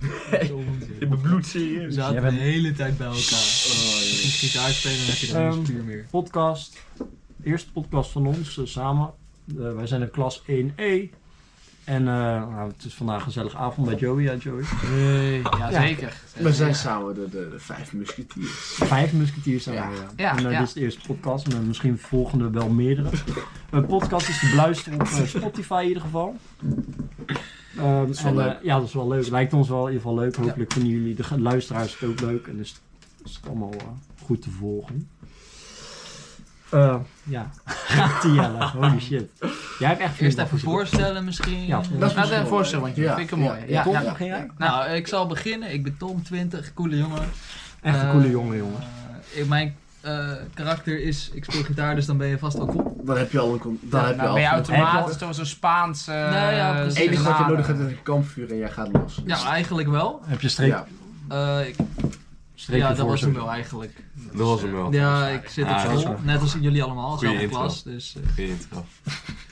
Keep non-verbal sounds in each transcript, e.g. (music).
Je bent We bloedserieus. zaten Jij bent- de hele tijd bij elkaar. Je ging gitaar spelen en dan heb je geen Ehm, stuur meer. podcast. Eerste podcast van ons eh, samen. Eh, wij zijn in klas 1E. En eh, nou, het is vandaag een gezellig avond bij Joey. Ja, Joey. Nee, ja, Ja. zeker. We zijn samen de, de, de vijf musketiers. Vijf musketiers zijn Ja. we. Ja. Ja, en eh, ja. dit is de eerste podcast. Maar misschien volgende wel meerdere. Een podcast is te beluisteren op eh, Spotify in ieder geval. Ehm, is wel en, eh, leuk. ja, dat is wel leuk. Lijkt ons wel in ieder geval leuk. Hopelijk vinden jullie de ge- luisteraars het ook leuk. En is, is het allemaal eh, goed te volgen. Eh, ja, (laughs) Tiella, holy shit. Jij hebt echt veel Eerst even bakken zitten. voorstellen misschien. Ja, Nou, dat is dus laat even wel- voorstellen, want je ja, vind ik hem ja, mooi. ja, Ja, Tom, ja. begin jij? Nou, ik zal beginnen. Ik ben Tom, 20, coole jongen. Echt een Eh, coole jongen, jongen. eh, ik- mijn eh, karakter is, ik speel gitaar, dus dan ben je vast al cool. Dan heb je al een... con- Dan heb je nou, al... ben je Het automatisch toch zo'n Spaans... eh Nee, ja, precies. enige wat je naam. nodig hebt is een kampvuur en jij gaat los. Dus- Ja, eigenlijk wel. Heb je streep, Ja. Eh, ik- streepje ja, dat voor, was zo. hem wel eigenlijk. Dat was hem wel. Ja, ik zit op Ah, dat is school, wel- net als jullie allemaal, Goeie zelfde intro. klas. Dus, eh, Geen intro.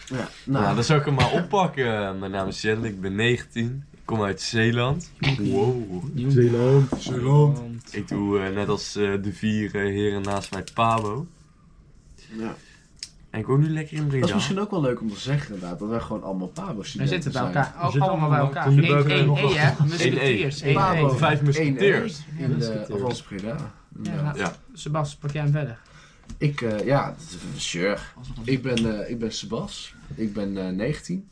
ja. Nou, Nou, dan zou ik hem maar oppakken. Eh, Mijn naam is Jelle, ik ben 19. Ik kom uit Zeeland. Wow. Zeeland. Ik doe eh, net als eh, de vier eh, heren naast mij Pabo. ja. En ik woon nu lekker in Dat is Breda. misschien ook wel leuk om te zeggen inderdaad, dat wij gewoon allemaal pabo We studenten zitten bij zijn. elkaar. Ook zitten allemaal bij allemaal- elkaar. we zitten 1 bij elkaar. 1 hè? Musketeers. 1 Pabo, 1 Vijf musketeers. één, één, In de Musketeers. Althans Breda. Ja, nou, Ja. Sebastian, pak jij hem verder. Ik, eh, ja, dat is- sure. als het- Ik ben, eh, ik ben Sebas. Ik ben eh, 19.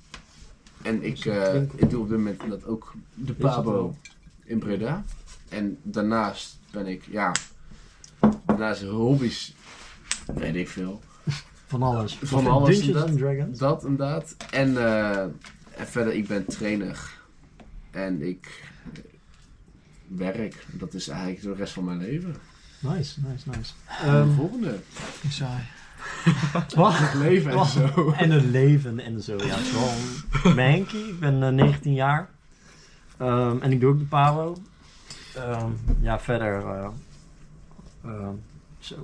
En ik, eh, ik doe op dit moment dat ook de Is dat Pabo wel? in Breda. En daarnaast ben ik, ja, naast hobby's, weet ik veel. Van alles. Van alles Dungeons inderdaad. and Dragons. Dat inderdaad. En, eh, en verder, ik ben trainer. En ik eh, werk. Dat is eigenlijk de rest van mijn leven. Nice, nice, nice. en de Ehm, volgende. Ik saai. wat? (laughs) Het leven en wat? zo. En een leven en zo. Ja, het is wel een- mijn Henkie, ik ben eh, 19 jaar. Ehm, en ik doe ook de Paro. Ehm, ja, verder. eh, ehm, zo.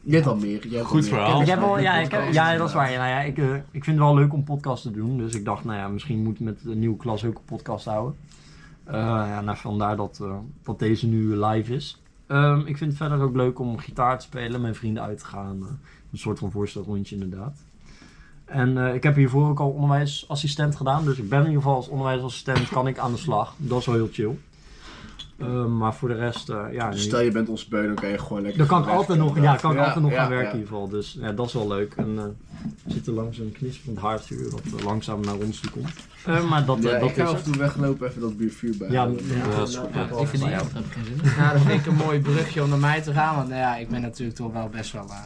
Je hebt al meer. Je hebt Goed al meer verhaal. Ik kennis heb wel, van de ja, ik heb, podcast, ja, dat is waar. inderdaad. Ja, nou ja, ik, eh, ik vind het wel leuk om podcasts te doen. Dus ik dacht, nou ja, misschien moet met de nieuwe klas ook een podcast houden. Eh, ja, nou, vandaar dat, eh, dat deze nu live is. Ehm, ik vind het verder ook leuk om gitaar te spelen, met vrienden uit te gaan. eh, een soort van voorstelrondje inderdaad. En eh, ik heb hiervoor ook al onderwijsassistent gedaan. Dus ik ben in ieder geval als onderwijsassistent kan ik aan de slag. Dat is wel heel chill. Ehm, maar voor de rest, eh, ja... Dus nu- Stel je bent ons beu, dan kan je gewoon lekker. dan kan ik gaan altijd werken, nog, ja, kan ik inderdaad. altijd nog Ja, gaan ja, werken in ja. ieder geval. Dus ja, dat is wel leuk. En eh we zitten langs een knisperend haardvuur wat eh, langzaam naar ons toe komt. Eh, maar dat, eh, Ja, dat ik ga is af en (laughs) het. toe weglopen even dat biervuur bij. Ja, houden. Ja, dat is goed. ja. Ik vind die intro heb ik geen zin in. Nou, dat vind ik een mooi brugje om naar mij te gaan. Want nou ja, ik ben natuurlijk toch wel best wel... eh,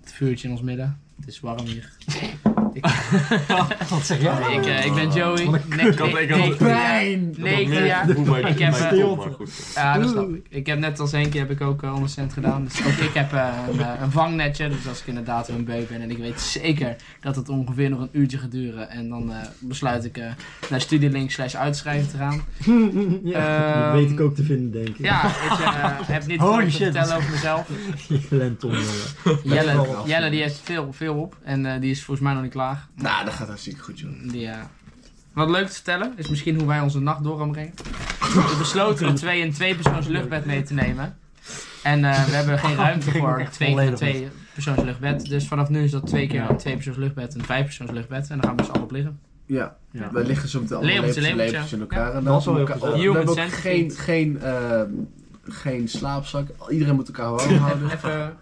het vuurtje in ons midden. Het is warm hier. Wat zeg jij? Nee, ik, eh, ik ben Joey. Wat Nee, nee, had- ik had- nee, Pijn! nee, Dat ja. merk ik hoe mijn- Ik heb, mijn eh, kop, maar goed. Ja, dat snap ik. Ik heb net als Henkie heb ik ook eh, ondercent gedaan. Dus ook ik heb eh, een, eh, een vangnetje. Dus als ik inderdaad een beu ben en ik weet zeker dat het ongeveer nog een uurtje gaat duren. En dan eh, besluit ik eh, naar studielink slash uitschrijven te gaan. ja, dat Ehm, weet ik ook te vinden, denk ik. (laughs) Ja, ik eh, heb niet Holy veel te shit. vertellen over mezelf. Lenton. eh, Jelle, wel. Jelle die heeft veel, veel op. En eh, die is volgens mij nog niet klaar. Nou, dat gaat hartstikke goed, joh. Die, eh, wat leuk te vertellen is misschien hoe wij onze nacht door gaan brengen. We besloten een twee- en twee persoons luchtbed mee te nemen. En eh, we hebben geen ruimte Ik ben voor echt twee keer een volledig twee persoons luchtbed. Dus vanaf nu is dat twee keer Ja. een twee persoons luchtbed en een vijf persoons luchtbed. En dan gaan we dus allemaal liggen. Ja, ja. wij liggen zo meteen allemaal Lepeltje, lepeltje, lepeltje lepeltje. in elkaar. En Dat is wel heel elkaar- gezellig. we hebben ook Human geen, centipede. geen, ehm, geen slaapzak. Iedereen moet elkaar warm (laughs) houden. Even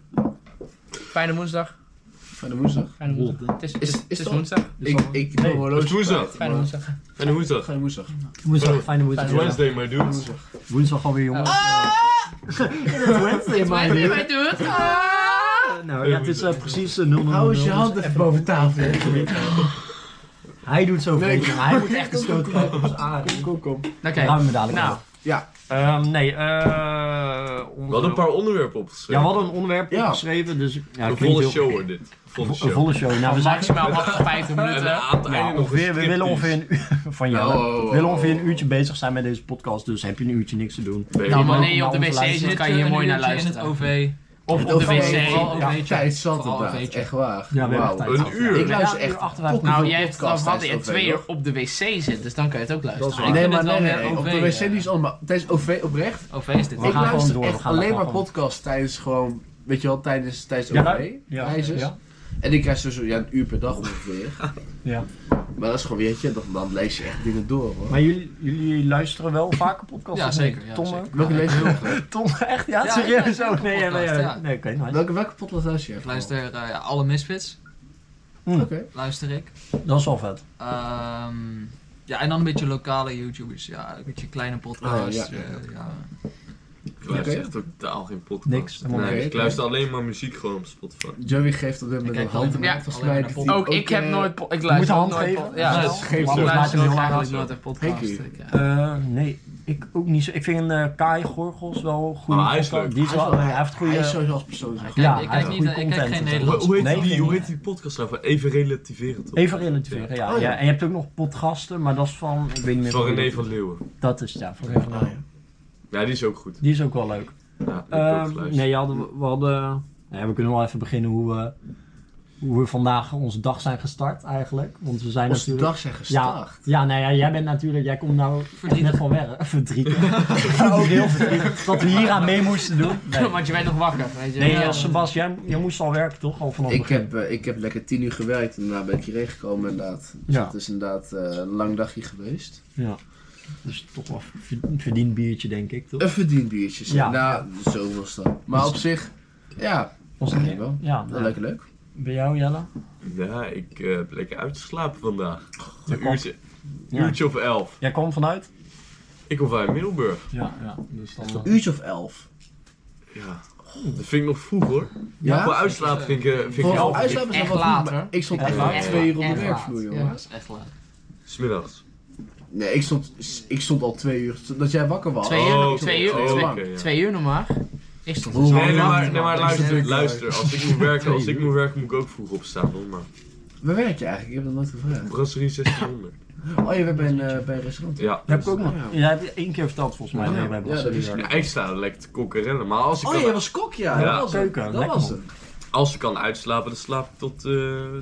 fijne woensdag. Van de woensdag. Fijne woensdag. Rot, hè. Het is, Is- het is is toch- woensdag. Dus Ik, dan- ik ben Hey, mijn het horloge is woensdag. kwijt, Fijne maar- woensdag. En hoe is dat? Fijne woensdag. Woensdag, fijne It's woensdag. ja. Wednesday, my dude. Woensdag. Woensdag alweer, jongens. Ah! Wednesday, Wij man. wij doen het. Ah! Nou, ja, het is eh, precies eh, 00. Hou eens je hand even boven tafel. Hij doet zo Nee, vreemd, maar hij moet (laughs) echt een stoot krijgen op zijn aardig. Kom, kom. Oké. Laten we me dadelijk Nou, over. Ja, Ehm, nee, eh... We hadden een paar onderwerpen opgeschreven. Ja, we hadden een onderwerp Ja. opgeschreven, dus... Ja, Een klinkt volle heel- show wordt dit. Een volle Een show. volle show. Nou, we zijn... maximaal 58 En minuten. eh, aan het Ja, einde nog ongeveer, een we willen ongeveer striptease. een uur (laughs) van jou. Oh, oh, oh, we willen ongeveer oh, een oh. uurtje bezig zijn met deze podcast, dus heb je een uurtje niks te doen. Nee. dan Nou, wanneer ook je op naar de ons wc zit, luisteren. kan je hier Een mooi naar uurtje in het luisteren. OV. Of Het op de overal- wc. overal een Ja, beetje. tijd zat het Vooral een daar. beetje. Echt waar. Ja, we hebben Wauw. tijd. Een uur. Ik ben luister een uur echt achterwacht. pokken Nou, veel jij hebt het al podcasts gehad dat je tijdens twee OV, uur hoor. op de wc zit, dus dan kan je het ook luisteren. waar. Ik Nee, vind maar het nee, wel nee, weer nee. Op OV, de wc eh, niet is allemaal. Tijdens OV oprecht. OV is dit. We ik gaan luister gewoon door, we echt gaan alleen gewoon maar door. podcasts tijdens gewoon, weet je wel, tijdens, tijdens Ja, OV. daar- ja, reizes. ja. En ik krijg sowieso ja, een uur per dag ongeveer. Ja. Maar dat is gewoon, weet je, dan, dan lees je echt dingen door hoor. Maar jullie, jullie luisteren wel vaker podcasts? Ja, of niet? zeker, ja, Tom zeker. ook? Welke lees je heel (laughs) graag? Tom, echt? Ja, Ja, serieus ja, ook? Nee, nee, nee. podcast, ja. nee, nee, Oké, nice. Welke, welke podcast luister je? Ik luister eh, ja, alle Misfits, Hm, Oké. luister ik. Dat is wel vet. Ehm, ja, en dan een beetje lokale YouTubers. Ja, een beetje kleine podcasts. Oh, ja, ja, eh, ja. Ik luister Oké. echt totaal geen podcast. Niks, Nee, helemaal niks. ik luister alleen maar muziek gewoon op Spotify. Joey geeft op dit moment Ik een kijk alleen hand maar- aan. Volgens alleen mij maar doet naar hij Ook ik heb eh, nooit... po- Ik Moet je luister hand nooit geven? po- Ja, Ja, dat geeft ik ze. luister ook Heel eigenlijk hard. nooit een podcast. Thank you. Ik, eh, Eh, nee, ik ook niet zo. Ik vind eh Kai Gorgels wel goed. Maar hij is leuk. Die is Hij is wel, wel- hij heeft goede... Hij is sowieso als persoon. Ik zeg. kijk, Ja, ik hij kijk, heeft niet, goede eh, ik kijk content. geen Hoe, Nederlands. hoe heet Nee, die, geen- hoe heet die podcast nou? van Even relativeren toch? Even relativeren, ja. Oh, ja. ja. En je hebt ook nog podcasten, maar dat is van... Ik weet niet meer Van hoe die- René van Leeuwen. Dat is het, ja, van René van Leeuwen. Ja, die is ook goed. Die is ook wel leuk. Ja, die heb ik ook Ehm, geluisterd. nee, ja, hadden- we hadden... Ja, we kunnen wel even beginnen hoe we, hoe we vandaag onze dag zijn gestart eigenlijk. Want we zijn Onze natuurlijk... dag zijn Ja, gestaagd. ja, nee, ja, jij bent natuurlijk, jij komt nou Verdrietig. net van werk. (laughs) Verdrietig. ook heel verdrietig. Dat we hier aan mee moesten doen. (laughs) Nee, Want je bent nog wakker, weet je. nee Ja. ja, Sebas, jij, jij moest al werken toch? Al vanaf het Ik begin. heb, eh, ik heb lekker tien uur gewerkt en daarna ben ik hierheen gekomen inderdaad. Dus Ja. het is inderdaad eh, een lang dagje geweest. Ja. Dus toch wel een verdiend biertje, denk ik, toch? Een verdiend biertje. zeg. Ja. Nou, zo was dat. Maar op zich, ja, Was dat denk ik wel. Ja, wel ja. lekker leuk. Bij jou, Jelle? Ja, ik eh, heb lekker uitgeslapen vandaag. dat Een klopt. uurtje, uurtje of elf. Jij kwam vanuit? Ik kom uit Middelburg. Ja, ja. Dus dan, eh, Uurtje of elf. Ja. Dat vind ik nog vroeg hoor. Ja? Voor uitslapen vind ik, eh, vind ik Voor elf. uitslapen zijn Echt wel laat, goed, maar hoor. ik stond Echt echt laat. al twee uur op de Echt laat. werkvloer, Ja, jongen. dat is echt laat. Smiddags. Nee, ik stond, ik stond al twee uur, dat jij wakker was. Twee uur, Oh, nog- oké, twee uur, oh, twee, oké, ja. twee uur nog maar. Ik stond Oeh. zo Nee, nee, laat, maar, man. nee, maar Ik luister, stond- luister. Als ik moet (laughs) werken, als ik uur. moet werken, moet ik ook vroeg opstaan hoor. Maar Waar werk je eigenlijk? Ik heb dat nooit gevraagd. brasserie 1600. Oh, je bent bij een, eh, bij een restaurant. Ja. heb ik ook nog. Ja. Jij hebt één keer verteld volgens mij. Ja, nee, bij ja, dat is- Brasserie. Ja, ik sta lekker te kokkerellen, maar als ik, Oh, kan, jij was kok, ja. Ja. Dat was het. Keuken, Dat lekker was man. het. als ik kan uitslapen, dan slaap ik tot eh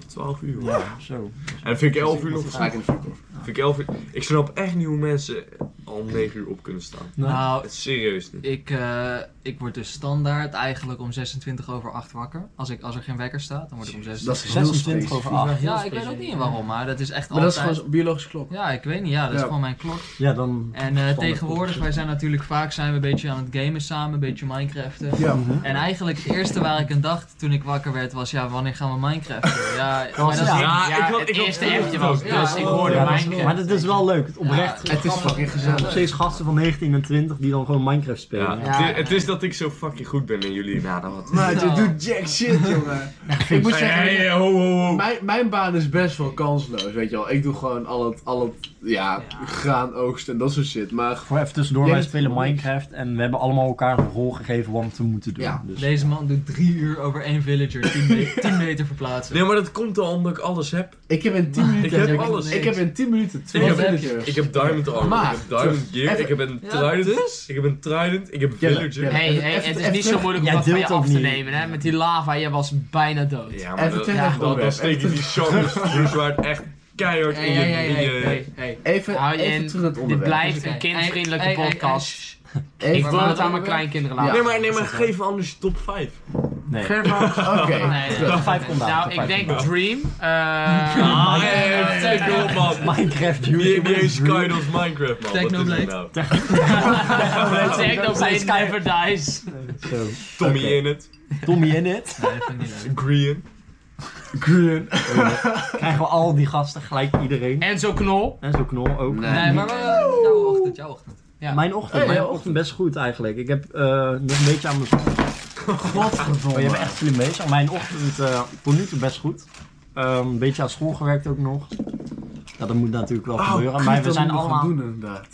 12 uur. Ja, zo. En vind ik 11 uur nog Dan ga ik in de vuurkorf. Vind ik 11 uur. Ik snap echt niet hoe mensen al om 9 uur op kunnen staan. Nou, Serieus niet. ik, eh, ik word dus standaard eigenlijk om 26 over 8 wakker. Als, ik, als er geen wekker staat, dan word ik om 26 Dat is heel 26 specifiek. over 8. Ja, ik weet ook niet waarom, maar dat is echt Maar dat altijd... is gewoon een biologische klok. Ja, ik weet niet. Ja, dat is Ja. gewoon mijn klok. Ja, dan... En eh, tegenwoordig, wij zijn natuurlijk vaak zijn we een beetje aan het gamen samen, een beetje Minecraften. Ja. En eigenlijk het eerste waar ik aan dacht toen ik wakker werd was, ja, wanneer gaan we Minecraften? Ja, maar dat was- is ja, ja, ik had- het ik had- eerste ik had- appje was, Ja, dus ik oh, hoorde ja, dat is- Minecraft. Maar dat is wel leuk. Het Oprecht. Ja, Het is fucking Nog gezellig. steeds gasten van 19 en 20 die dan gewoon Minecraft Ja. spelen. Ja. Het, is, het is dat ik zo fucking goed ben en jullie. Nou, dan wat. Maar Ja. je doet jack shit, jongen. Ik moet Hey, zeggen, hey, ho, ho, ho. mijn, mijn baan is best wel kansloos, weet je wel. Ik doe gewoon al het, al het ja, graan oogsten en dat soort shit. Maar Voor even tussendoor, Ja, wij dat- spelen Minecraft en we hebben allemaal elkaar een rol gegeven wat we moeten doen. Ja. Dus Deze man doet drie uur over één villager 10 meter, meter verplaatsen. Nee, maar dat komt al omdat ik alles heb. ik heb in 10 minuten... heb alles. Ik heb in 10 minuten Ik heb- 12 villagers. Ik heb Diamond Armor, Maar- ik heb Diamond Gear, Even- dus? ik heb een Ja, Trident, ik heb een Trident, ik heb Jelle, Villager. Jelle. Hey, Even- hey, even- het is even niet zo terug. moeilijk om Jij dat van je deelt dat af te niet. nemen, hè. Met die lava, jij was bijna dood. Ja, Even maar dat, terug ja, naar het dan, dan onderwerp. steek je die Charmers Cruisewaard echt keihard Hey, in je... hey, hey, in je- hey, hey, hey. Even, Hou je even in. terug naar het Dit onderwerp. blijft Oké. een kindvriendelijke Hey, hey, hey, podcast. Even Ik wil naar het aan mijn onderwerp. kleinkinderen Ja. laten. Nee, maar, nee, maar geef anders je top 5. nee. Oké. Nee, nee. Terug. vijf komt aan, Nou, top ik vijf denk komt Dream. eh, Ah, nee, nee, nee, nee, kom op, man. Minecraft, Wie YouTube. wie heeft Skydoms Minecraft, man? Wat is Technoblade. het nou? Oh, Technoblade Never Dies. Zo. Tommy Oké. in het. Tommy in it. Nee, dat vind ik niet leuk. Green. Green. Krijgen we al die gasten gelijk iedereen. Enzo Knol. En zo knol ook. Nee. Nee, maar eh, jouw ochtend, jouw ochtend. Ja. Mijn ochtend, Hey, mijn ja, ochtend best goed eigenlijk. Ik heb eh, nog een beetje aan mijn... Oh, je bent echt slim bezig. Mijn ochtend eh tot nu toe best goed. Ehm, een beetje aan school gewerkt ook nog. Ja, dat moet natuurlijk wel gebeuren. Maar we zijn allemaal... doen inderdaad.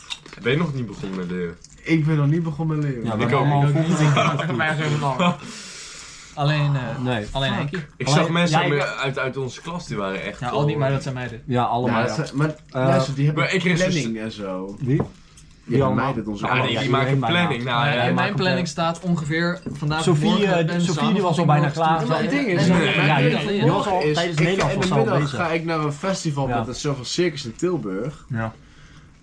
Ben je nog niet begonnen met leren? Ik ben nog niet begonnen met leren. Ja, we Ik hebben ook, allemaal ik ook. volgende week- Wij zijn (laughs) belangrijk. Alleen, eh Nee. alleen Henkie. Ik Alleen- zag mensen ja, ik- uit- uit, uit onze klas, die waren echt... Ja, al- al die, maar dat zijn meiden. Ja, allemaal. Ja, ja. ze- maar Eh, luister, die hebben maar ik planning resist- en zo. Wie? Ja, bij allemaal? mij doet onze Ja, Ja, allemaal. nee, ja, die maakt een iedereen planning. Nou, Eh, ja, in maak mijn hem planning staat ongeveer vandaag Sophie, morgen eh, en Sophie, die zaterdag was al ik bijna nog klaar. gestuurd. Maar het ding is, En- mijn en- ja, ding en- is, en- ja. morgen is, Tijdens ik, het in Nederlands de was ze al middag bezig. ga ik naar een festival Ja. met een soort van circus in Tilburg. Ja.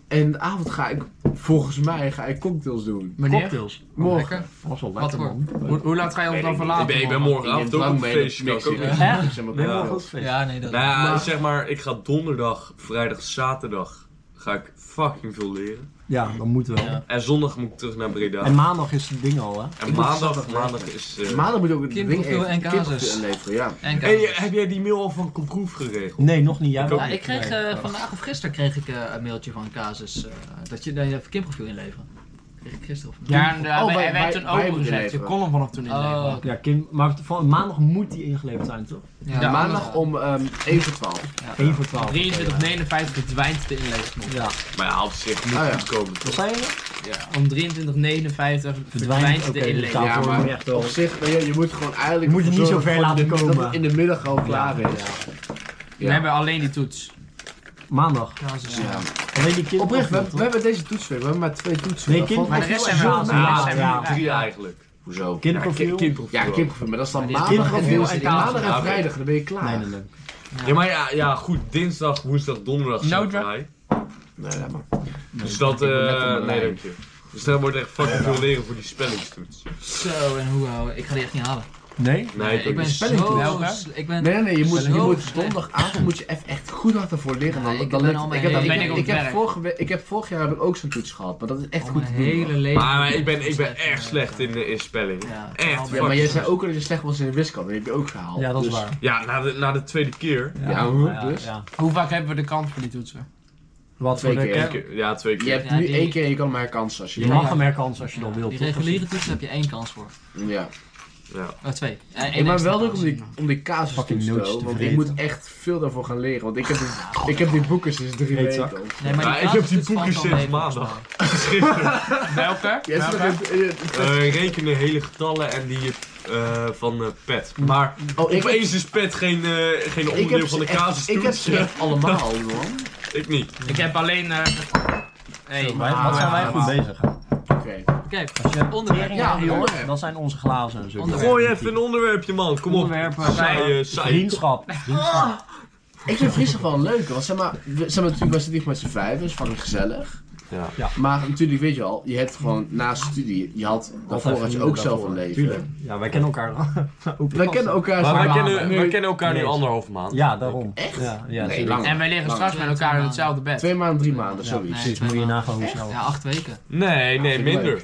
En in de avond ga ik, volgens mij, ga ik cocktails doen. Meneer, Cocktails. Morgen. Lekker. Was wel Wat lekker, voor? man. hoe, hoe laat ga je ons dan ik verlaten? ben, ik ben morgen? morgenavond ook op een feestje. kan ik ook niet. Hè? Zeg maar, Ben je Ja. morgen ook feest? Ja, nee, dat Nou ja, Maar- zeg maar, ik ga donderdag, vrijdag, zaterdag ga ik fucking veel leren. Ja, dan moeten we. Ja. En zondag moet ik terug naar Breda. En En, maandag is het ding al, hè? moet maandag, zaterdag maandag werken. is... eh, Maandag moet je ook het ding Kindprofiel even en casus. kindprofiel inleveren, ja. En Hey, eh, kaartjes. heb jij die mail al van Comproef geregeld? Nee, nog niet. Jij Ik wel? ook Ja, ik kreeg Nee. eh, vandaag of gisteren kreeg ik eh, een mailtje van Casus eh, dat je nee, je verkeerprofiel inleveren. Kreeg ik gisteren of Ja, en, eh, Oh, wij- wij- wij wij- toen wij moeten opengezet. Je leveren. kon hem vanaf toen inleveren. Oh, Ja, Kim, maar van, maandag moet die ingeleverd zijn, toch? ja, Ja, Maandag om ehm 1 voor 12. 1 voor 12. 23 of 59 verdwijnt de inleverknop. Ja, Maar ja, op zich moet Ah, ja. het goed komen, wat toch? zei je? dat? Om 23.59 verdwijnt, Verdwijnt de Oké, dus inlever. Ja, daarvoor maar moet je echt wel. Op zich, nou ja, je moet gewoon eigenlijk... Je moet het niet ervoor zo ver zorgen dat laten het- Dat komen. het in de middag al klaar is. We hebben alleen die toets. Maandag. Casus. Ja. Ja. Alleen die kind. Oprecht, we, of niet, we hebben deze toetsweek, we hebben maar twee toetsen. Nee, Dat valt Maar de kindprofiel rest is zijn laat. we al- de Ah, rest Ja, zijn we ja. al- Drie eigenlijk. Hoezo? Kindprofiel. Ja, Ja, kindprofiel, maar dat is dan Maar die is maandag en kindprofiel dinsdag. en Maandag en kaas. vrijdag, dan ben je klaar. Nee, nee, nee. Ja, maar ja, ja, goed. Dinsdag, woensdag, donderdag zijn we Noodwerk? vrij. Nee, laat maar. Dus dat... ik eh moet net op mijn nee, lijn. dank je. Dus daar wordt echt fucking veel leren voor die spellingstoets. Zo, en hoe hou ik ga die echt niet halen. Nee? Nee, ik ben niet. zo... spelling- Welke? Ik ben... Nee, nee, nee, je moet, je Zo moet slecht. (laughs) donderdagavond moet je even echt goed hard ervoor liggen. Dan, Ja, ik dan ben lukt al het. Oh, mijn ik, heb, hele- ik, Ben heb, ik ik, ook heb werk. vorige, we- ik heb vorig jaar heb ik ook zo'n toets gehad, maar dat is echt al goed mijn te doen. hele leven... Maar, maar ik ben, ik ben erg slecht in, eh, in spelling. Ja, Echt, Ja, maar jij zei ook al dat je slecht was in de wiskunde, dat heb je ook gehaald. Ja, dat is Dus- waar. Ja, na de, na de tweede keer. Ja, hoe dus? ja. Hoe vaak hebben we de kans voor die toetsen? Wat voor Twee de keer. Eén kerk? keer- Ja, twee Je keer. hebt Ja, nu die- één keer en je kan hem herkansen als je Je wil. mag hem herkansen als je dat wilt. die toch? reguliere toetsen heb je één kans voor. Ja. Ja. Oh, twee. Eh, één Ik ben extra wel druk kans. om die, om die casus Fucking toets te nootjes houden, te want ik vreten. moet echt veel daarvoor gaan leren. Want ik heb die, ik heb die boeken sinds drie Vreedzak. weken. Nee, maar die Ja, ik heb die casustoets boeken valt wel sinds mee, volgens maandag. mij. Welke? Ja, ze- Welke? eh, eh, eh, Eh, rekenen hele getallen en die eh, van eh, pet. Maar oh, ik heb- opeens is pet geen, eh, geen ik heb onderdeel van ze echt- de ik heb casustoets. ze echt allemaal, (laughs) man. (laughs) Ik niet. Ik heb alleen... eh hey, Wij- Wat zijn wij goed bezig? Oké. Oké, Als je onderwerp. Ja, Ja, jongen. onderwerp. Dat zijn onze glazen en zo. Onderwerp. Gooi even een onderwerpje, man. Kom op. Onderwerpen. Saai, eh, saai. Vriendschap. Vriendschap. Ik vind vriendschap wel leuk, want zeg maar, we, zeg maar natuurlijk was het niet met z'n vijf, dat is fucking gezellig. Ja. Maar natuurlijk weet je al, je hebt gewoon na studie, je had daarvoor had je ook zelf een leven. Tuurlijk. Ja, wij kennen elkaar dan. Ook Wij pas. kennen elkaar Maar wij samen. kennen, wij Nu- kennen elkaar nu Nee. anderhalve maand. Ja, daarom. Echt? Ja, ja Nee, zeker. lang. En wij liggen Lang. straks met elkaar in hetzelfde bed. Twee maanden, drie maanden, Ja, zoiets. nee. Precies, moet je nagaan hoe Echt? snel. Ja, acht weken. Nee, nee, vind ik minder.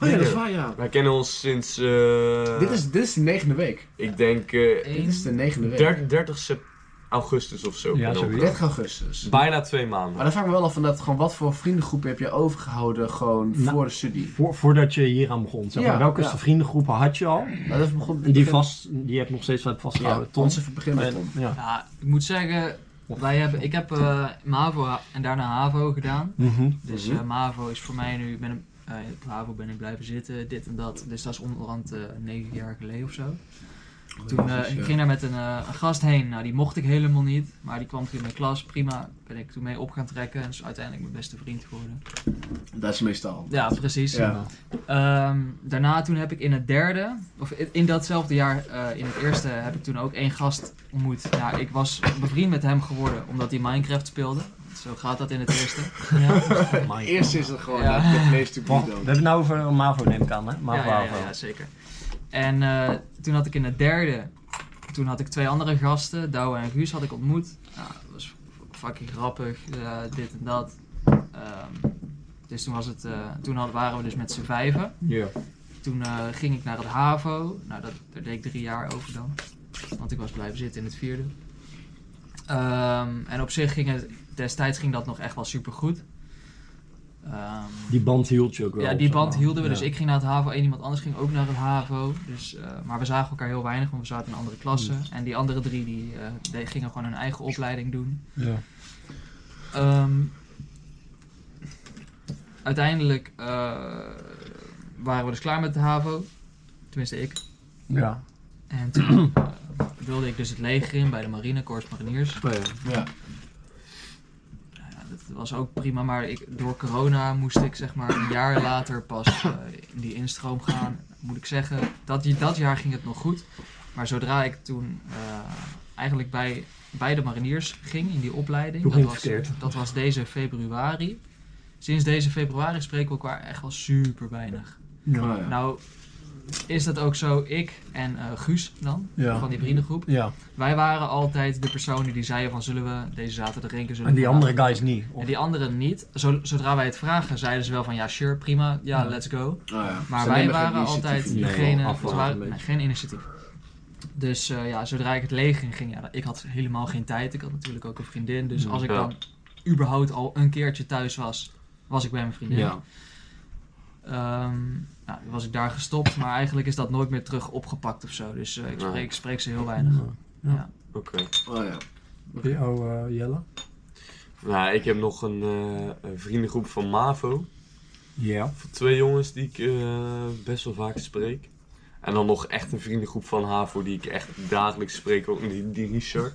Oh ja, dat is waar, ja. Wij kennen ons sinds, eh, Dit is, dit is de negende week. ik denk, eh, Dit is de Eén. negende week. 30, 30 sep- augustus of zo. Ja, Ben zoiets. ik. 30 augustus. Bijna twee Maar maanden. dan vraag ik me wel af, van dat, gewoon wat voor vriendengroepen heb je overgehouden gewoon Nou. voor de studie? Voor, voordat je hier aan begon, zeg maar, Ja, welke ja. vriendengroepen had je al? Nou, dat begon, Die, vast, die heb nog steeds wat Ja, vastgehouden. Ton. ons even beginnen met Tom. Ja. Ja, ik moet zeggen, wij hebben, ik heb eh MAVO en daarna HAVO gedaan. Mhm. Dus eh, MAVO is voor mij nu, ik ben een, eh, op HAVO ben ik blijven zitten, dit en dat. Dus dat is onderhand eh, negen jaar geleden of zo. Toen eh, ik ging daar met een, eh, een gast heen, nou die mocht ik helemaal niet. Maar die kwam toen in mijn klas, prima, ben ik toen mee op gaan trekken. En is uiteindelijk mijn beste vriend geworden. Dat is meestal. Ja, precies. Ja. Ehm, daarna toen heb ik in het derde, of in- in datzelfde jaar, eh, in het eerste, heb ik toen ook één gast ontmoet. Nou, ik was bevriend met hem geworden, omdat hij Minecraft speelde. Zo gaat dat in het eerste. Amai. Eerst is het gewoon Ja. dat de meeste Wacht, we hebben het nou over MAVO neem ik aan, hè? MAVO, ja, ja, ja, ja, zeker. En eh, toen had ik in het derde, toen had ik twee andere gasten, Douwe en Guus, had ik ontmoet. Nou, dat was f- fucking grappig, eh, dit en dat. Ehm, dus toen, was het, eh, toen hadden, waren we dus met z'n vijven. Toen eh, ging ik naar het HAVO. Nou, dat, daar deed ik drie jaar over dan. Want ik was blijven zitten in het vierde. Ehm, en op zich ging het... Destijds ging dat nog echt wel supergoed. Ehm, Die band hield je ook wel. ja, op, die zeg band maar. hielden we. Ja. Dus ik ging naar het HAVO. En iemand anders ging ook naar het HAVO. Dus, eh, maar we zagen elkaar heel weinig, want we zaten in andere klassen. Hmm. En die andere drie die, eh, die gingen gewoon hun eigen opleiding doen. Ja. Ehm, uiteindelijk eh, waren we dus klaar met de HAVO. Tenminste, ik. Ja. En toen eh, wilde ik dus het leger in bij de marine, Corps Mariniers. Oh, ja. Ja. Nou ja, dat, was ook prima, maar ik, door corona moest ik zeg maar een jaar later pas eh, in die instroom gaan. Moet ik zeggen, dat, dat jaar ging het nog goed. Maar zodra ik toen eh, eigenlijk bij, bij de mariniers ging in die opleiding, Toen dat ging was, het verkeerd. dat was deze februari. Sinds deze februari spreken we elkaar echt wel super weinig. Oh, ja. Nou, is dat ook zo? Ik en eh, Guus dan, Ja. van die vriendengroep. Ja. Wij waren altijd de personen die zeiden van zullen we deze zaterdag drinken, zullen En we die vandaag- andere guys niet. Of- en die anderen niet. Zo- zodra wij het vragen, zeiden ze wel van ja, sure, prima, ja, Ja. let's go. Oh, ja. Maar Ze wij nemen geen waren initiatief altijd niet. Nee, degene, joh, afwachten ze waren- een beetje. nee, geen initiatief. Dus eh, ja, zodra ik het leger in ging, ja, dan- ik had helemaal geen tijd. Ik had natuurlijk ook een vriendin. Dus als ik Ja. dan überhaupt al een keertje thuis was, was ik bij mijn vriendin. Ja. Ehm, nou, was ik daar gestopt, maar eigenlijk is dat nooit meer terug opgepakt of zo. Dus eh, ik, Nee. spreek, ik spreek ze heel weinig. Oké. Oh, ja. Oh, eh, Jelle. Nou, ik heb nog een, eh, een vriendengroep van MAVO. Ja. Van twee jongens die ik eh, best wel vaak spreek. En dan nog echt een vriendengroep van HAVO die ik echt dagelijks spreek. Ook die, die Richard.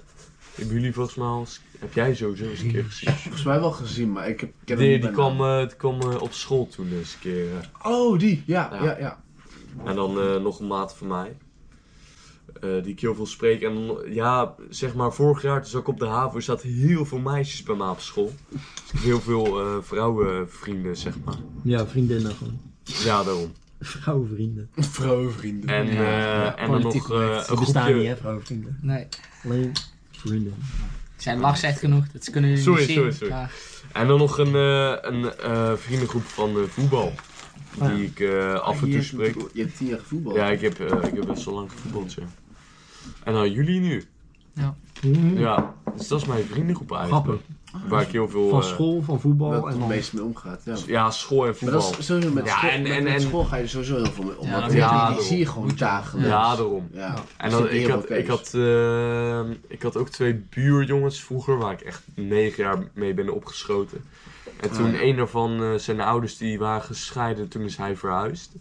Hebben jullie volgens mij al eens- Heb jij sowieso eens een keer gezien? Volgens mij wel gezien, maar ik heb... ik ken hem Die, niet die bij kwam, naam. eh, die kwam eh, op school toen eens een keer. eh. Oh, die. Ja, Ja. ja, ja. (laughs) En dan eh, nog een maat van mij. eh, die ik heel veel spreek. En dan, ja, zeg maar, vorig jaar, toen zat ik op de haven, zaten heel veel meisjes bij mij op school. Dus ik heb heel veel eh, vrouwenvrienden, zeg maar. ja, vriendinnen gewoon. Ja, daarom. Vrouwenvrienden. Vrouwenvrienden. En, eh, en dan politiek nog eh, correct. een Die bestaan niet groepje... hè, vrouwenvrienden. Nee, Alleen vrienden. zijn lach zegt genoeg. Dat kunnen jullie Sorry, niet zien. sorry, sorry. maar- En dan nog een, eh, een eh, vriendengroep van eh, voetbal. Die Oh ja. ik eh, af en toe spreek. Je hebt tien jaar gevoetbald. Ja, ik heb, eh, ik heb best wel lang gevoetbald, ja. En dan jullie nu. Ja. Ja, dus dat is mijn vriendengroep eigenlijk. Mm. Grappig. Waar ik heel veel... Van eh, school, van Oh, Dat voetbal het en het dan... meest mee omgaat, ja. Ja, school en Maar voetbal. dat is sowieso met, Ja, school, en- met, en- met en- school ga je er sowieso heel veel mee om. Ja, want dat- die- ja, die, die zie je gewoon Ja, dagelijks. daarom. Ja. En Dus dan, dat ik, heel had, oké ik, is. had, eh, ik had ook twee buurjongens vroeger, waar ik echt negen jaar mee ben opgeschoten. En toen Ah, ja. een daarvan, eh, zijn ouders die waren gescheiden, toen is hij verhuisd.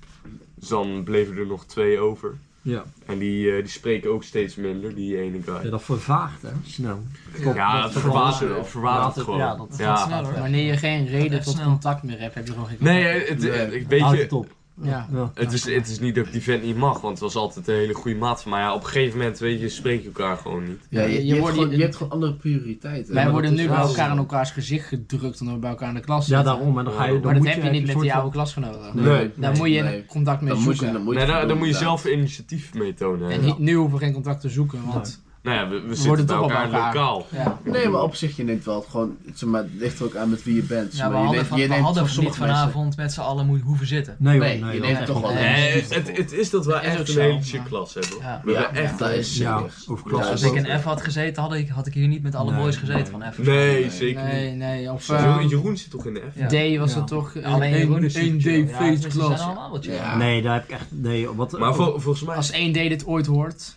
Dus dan bleven er nog twee over. Ja. En die, eh, die spreken ook steeds minder, die ene Ja, guy. dat vervaagt hè, snel. Ja, Klopt, dat verandert verwatert, wel. het verwatert het- gewoon. Ja, dat gaat snel, hoor. Wanneer je geen reden echt tot snel. contact meer hebt, heb je gewoon geen contact. Nee, eh, het, eh, ik weet houdt Nou, het je, op. Ja. Ja. het is, het is niet dat ik die vent niet mag, want het was altijd een hele goede maat van mij. Ja, op een gegeven moment, weet je, spreek je elkaar gewoon niet. Ja, je, Je je, wordt hebt gewoon, hier- je hebt gewoon andere prioriteiten. Wij Maar worden dat nu is bij wel elkaar zo. in elkaars gezicht gedrukt omdat we bij elkaar in de klas ja, zitten. daarom. En dan ga je, dan Maar dat moet heb je een niet met die soort oude van- klasgenoten. Nee, Nee. Daar moet je nee. contact mee Dan moet je, zoeken. dan moet je Nee, daar, het daar doen, moet je inderdaad. zelf initiatief mee tonen. hè. En niet, nu hoeven we geen contact te zoeken, want Nou ja, we, we worden zitten bij toch al elkaar bij elkaar. lokaal. ja. Nee, maar op zich, je neemt wel het gewoon... Zeg maar, het ligt er ook aan met wie je Ja, bent. we maar je hadden, neemt, van, je we neemt hadden van niet sommige vanavond mensen... met z'n allen moeten hoeven zitten. Nee, hoor, Nee, nee, je dat neemt echt toch niet. wel... Nee, Nee, energie het, het, voor. het is dat we Dat is ook echt zo, een hele chill maar- klas hebben. hoor. Ja. We Ja, hebben echt dat een- is Ja, serieus. over Ja, Als klas. ik in F had gezeten, had ik, had ik hier niet met alle Nee, boys gezeten nee. van F. Nee, Nee. zeker niet. Nee, nee. Of Jeroen, eh, Jeroen zit toch in de F? Ja. D was Ja. het toch? eh, Alleen één- Jeroen is één super chill. D Ja, dus ze feestklas. zijn allemaal wel chill. Ja. Nee, daar heb ik echt... Nee, wat... oh, Maar vol- volgens mij Als één D dit ooit (laughs) hoort,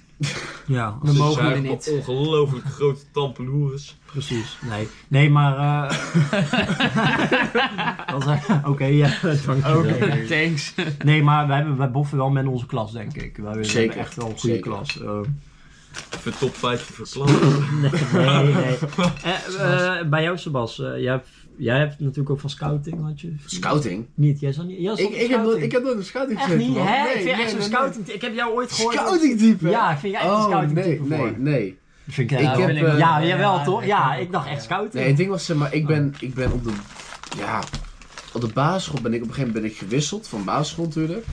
Ja, als- we ze mogen zuigen jullie niet. ongelooflijk grote tampeloeres. Precies, nee. Nee, maar... (laughs) eh, dat is- Oké, ja, dankjewel. (laughs) Thanks. Nee, maar wij, hebben, wij boffen wel met onze klas, denk ik. Wij hebben- we Zeker, hebben echt wel een goede zeker. klas. eh. Even top 5 voor (laughs) klas. nee, nee. (laughs) Eh, eh, bij jou, Sebas, eh, jij, hebt, jij hebt natuurlijk ook van scouting, had je? Scouting? Niet, jij zat niet... Jij zat Ik, op ik, heb nooit, scouting. ik heb nooit een scouting Echt gezeten, niet, man. hè? Nee, ik vind nee, echt zo'n nee, scouting... Ik heb jou ooit nee. gehoord... Scouting type? Ja, ik vind jij echt een Oh, scouting nee, type nee, voor. nee. Vind Ik ja, heb, vind eh, ja, jawel toch? Ja, ik dacht echt scouting. Nee, het ding was, zeg maar, ik ben, ik ben op de, ja, op de basisschool ben ik op een gegeven moment ben ik gewisseld van basisschool natuurlijk.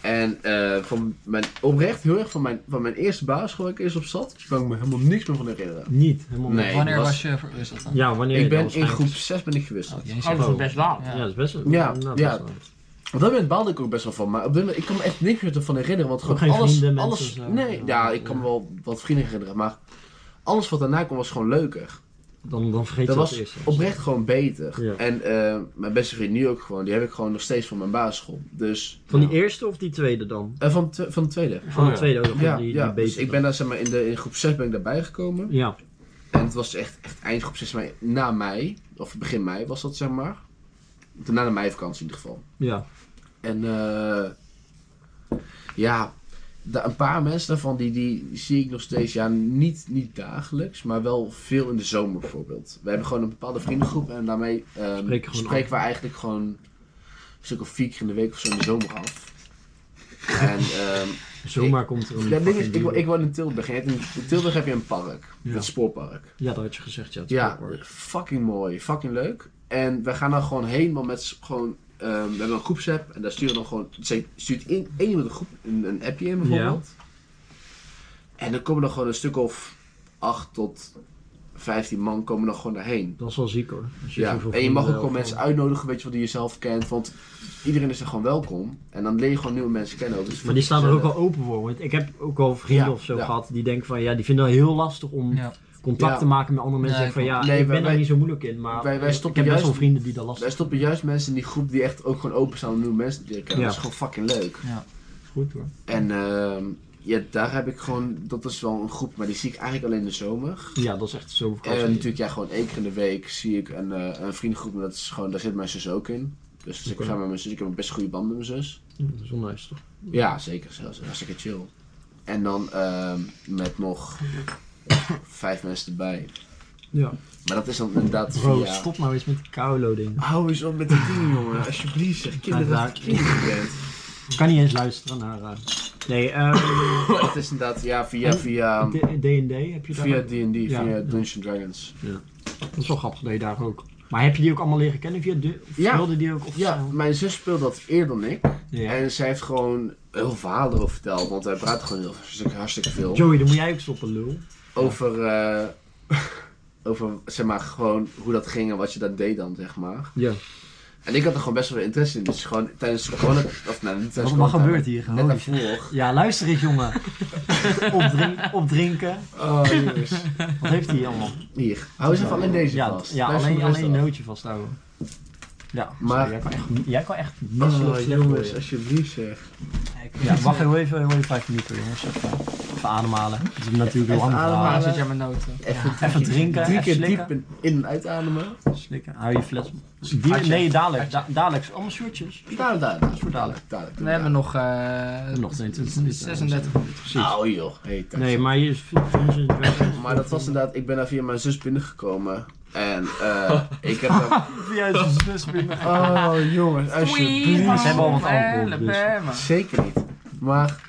En eh, van mijn, oprecht heel erg van mijn, van mijn eerste basisschool waar ik eerst op zat, kan ik me helemaal niks meer van herinneren. Niet, helemaal Nee. niet. Wanneer was- was je verwisseld dan? Ja, wanneer ik je ben dan in waarschijnlijk- groep 6 ben ik gewisseld. Oh, jezus. Oh, dat is best laat. Ja, dat is best wel. Ja, inderdaad ja. best wel. Op dat moment baalde ik er ook best wel van, maar op dit moment, ik kan me echt niks meer ervan herinneren, want gewoon geen alles, vrienden, alles, mensen of zo? nee, ja, ik kan me wel wat vrienden herinneren, maar alles wat daarna kwam was gewoon leuker. Dan, dan vergeet Dat je dat was eerst. oprecht gewoon beter. Ja. En eh, mijn beste vriend nu ook gewoon, die heb ik gewoon nog steeds van mijn basisschool. Dus, Van die eerste of die tweede dan? eh, van, tw- van de tweede. Van Oh, de ja. tweede ook, ja, ja, die, ja. die dus beter. ik ben daar zeg maar in, de, in groep 6 ben ik daarbij gekomen. Ja, En het was echt, echt eindgroep 6 mei, na mei, of begin mei was dat zeg maar. Na de meivakantie in ieder geval. ja. En eh ja, da- een paar mensen daarvan die, die zie ik nog steeds, ja, niet, niet dagelijks, maar wel veel in de zomer bijvoorbeeld. We hebben gewoon een bepaalde vriendengroep en daarmee ehm, Spreek je gewoon spreken we eigenlijk gewoon een stuk of vier keer in de week of zo in de zomer af. En ehm, Zomaar komt er een. ja, het ding is, ik, fucking wo- deal. ik woon in Tilburg. En je hebt in, in Tilburg heb je een park, Ja. het spoorpark. Ja, dat had je gezegd, ja. Het is Ja, wel leuk. fucking mooi, fucking leuk. En we gaan dan gewoon helemaal met z'n- gewoon. ehm, we hebben een groepsapp en daar sturen we dan gewoon. ze- Stuurt in, één iemand een, groep, een, een appje in bijvoorbeeld. En dan komen er gewoon een stuk of 8 tot 15 man komen dan gewoon daarheen. Dat is wel ziek hoor. Als je Ja, zoveel en je mag ook vrienden gewoon hebt. mensen uitnodigen, weet je wel, die je zelf kent. Want iedereen is er gewoon welkom. En dan leer je gewoon nieuwe mensen kennen ook. Dus Maar die staan er ook gezellig. wel open voor. Want ik heb ook wel vrienden Ja, of zo ja. gehad die denken van ja, die vinden het heel lastig om Ja. contact Ja. te maken met andere mensen. Nee, Zeggen van ja, Nee, ik wij- ben daar wij- niet zo moeilijk in. Maar wij- wij ik stoppen heb best juist- wel vrienden die daar last Wij stoppen juist mensen in die groep die echt ook gewoon openstaan om nieuwe mensen te leren kennen. Ja. Dat is gewoon fucking leuk. Goed hoor. En ehm, ja, daar heb ik gewoon, dat is wel een groep, maar die zie ik eigenlijk alleen in de zomer. Ja, dat is echt zo En verrassend. natuurlijk, ja, gewoon één keer in de week zie ik een, eh, een vriendengroep, maar dat is gewoon, daar zit mijn zus ook in. Dus als ik Oké. samen met mijn zus, ik heb een best goede band met mijn zus. Ja, dat is wel nice toch? Ja, zeker zelfs, hartstikke chill. En dan ehm, met nog vijf mensen erbij. Ja. Maar dat is dan inderdaad Bro, via... stop nou eens met die (laughs) koulo ding. Hou eens op met die dingen, jongen. Alsjeblieft, zeg. Kinderachtig Ja, daar- kindje bent. Ik kan niet eens luisteren naar... eh, (clears throat) Nee, eh, Maar dat is inderdaad, ja, via... En- Via D- D&D heb je daar via ook? D&D, via, Ja. Dungeons Dragons. Dat is wel grappig dat je daar ook... Maar heb je die ook allemaal leren kennen via de... Of Ja. speelde die ook Ja, officieel? mijn zus speelde dat eerder dan ik. Ja. En zij heeft gewoon heel veel verhalen over verteld, want wij praten gewoon heel hartstikke, hartstikke veel. Joey, dan moet jij ook stoppen, lul. Over, eh, over, zeg maar, gewoon hoe dat ging en wat je daar deed dan, zeg maar. Ja. En ik had er gewoon best wel interesse in, dus gewoon tijdens de corona, of nou, niet tijdens Wat, de wat corona, gebeurt hier? maar Net gewoon? daarvoor. Ja, luister eens, jongen. (laughs) Opdrink- opdrinken. Oh, jongens. Wat heeft hij allemaal? Hier, hou eens even alleen deze ja, vast. Ja, Luister alleen, maar alleen rustig een af. nootje vasthouden. Ja, Maar- maar jij kan echt, jij kan echt Oh, misselijk slecht jongens, worden. alsjeblieft zeg. Ja, wacht heel even, heel even vijf minuten jongens. Even, even ademhalen. Het is natuurlijk een lang verhaal. Waar ademhalen. zit je aan mijn noten? Even, Even drinken, drie even keer slikken. diep in, in- en uitademen. Slikken, hou je fles. Die- nee, dadelijk, da- dadelijk. Allemaal shortjes. Daar, daar, daar. Voor dadelijk. Dadelijk. We hebben nog, eh Nog 22 minuten. 36 Precies. Nou joh, hey, thanks. Oh. Nee, maar je films in (laughs) het Maar dat was inderdaad, ik ben daar via mijn zus binnengekomen. En (laughs) eh, ik heb daar... Via zijn zus binnen. Oh jongens, Ze hebben al wat alcohol, dus. Alabama. Zeker niet. Maar,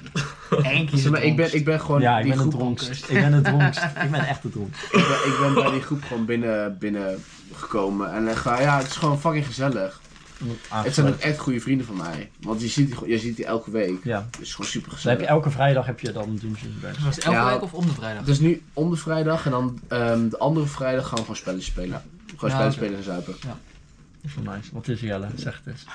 Eén keer zeg maar ik, ben, gedronken. ik ben gewoon Ja, ik die ben het groep... dronkst. Ik ben het dronkst. Ik ben echt het dronkst. Ik ben, ik ben bij die groep gewoon binnen, binnengekomen. En echt, waar, ja, het is gewoon fucking gezellig. Het zijn ook echt goede vrienden van mij. Want je ziet die, gewoon- je ziet die elke week. Ja, Het is gewoon super dus heb je gezellig. elke vrijdag heb je dan Dungeons and Dragons. Was het elke Ja. week of om de vrijdag? Dus nu om de vrijdag en dan ehm, de andere vrijdag gaan we gewoon spelletjes spelen. Gewoon Ja, spelletjes oké. spelen en zuipen. Dat is wel nice. Wat is Jelle? Zeg het eens.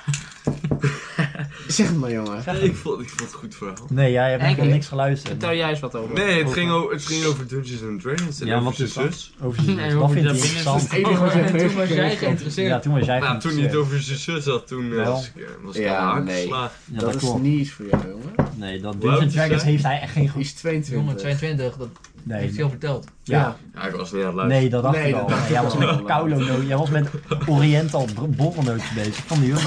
Zeg het maar jongen. Ja, ik, vond, ik vond het een goed verhaal. Nee, jij hebt Oké. helemaal niks geluisterd. Vertel jij eens wat over. Nee, het ging, over, het ging over Dungeons and Dragons en Ja, over wat zijn is dat? zus. Over zijn Nee, zus. hoor, Dat vind ik dat vind ik- (laughs) interessant. Het enige wat jij En toen heeft was jij gekregen. geïnteresseerd. Ja, toen was jij Nou, toen geïnteresseerd. niet over zijn zus had, toen eh, Wel. was ik, eh, was ik Ja, aan haar nee. geslagen. Ja, dat dat, is klopt. niet iets voor jou, jongen. Nee, dat Hoe Dungeons oud and is Dragons zij? heeft hij echt geen Die goed... is 22. Jongen, 22, dat heeft Nee, veel verteld. ja. Ja, ik was niet aan het luisteren. nee dat dacht Nee, ik dat al. dacht ik Jij was al. met Kaulo Jij was met Oriental br- borrelnootjes bezig van de Jumbo.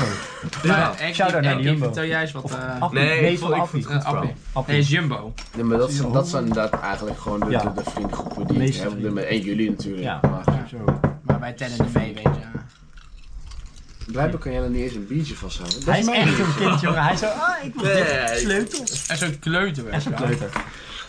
Ja. Maar, Ankie, Shout-out naar Ankie, Jumbo. Vertel jij eens wat. Of eh, Appie. Nee, ik Nee, vond- van ik Appie. Ah, vond het eh, Appie. Nee, Appie. is Jumbo. Nee, maar dat, Zie je dat zijn inderdaad eigenlijk gewoon de, oh. Ja. de, de vriendengroepen die ik Meeste heb. op dit vrienden. moment. En jullie natuurlijk. Ja. Maar Zo. Maar wij tellen niet mee, weet je. blijkbaar kan jij dan niet eens een biertje vasthouden. Dat Hij is mijn echt een kind, jongen. Hij is zo... Ah, ik wil dit. Nee. Sleutels. En zo'n kleuter, weet je wel.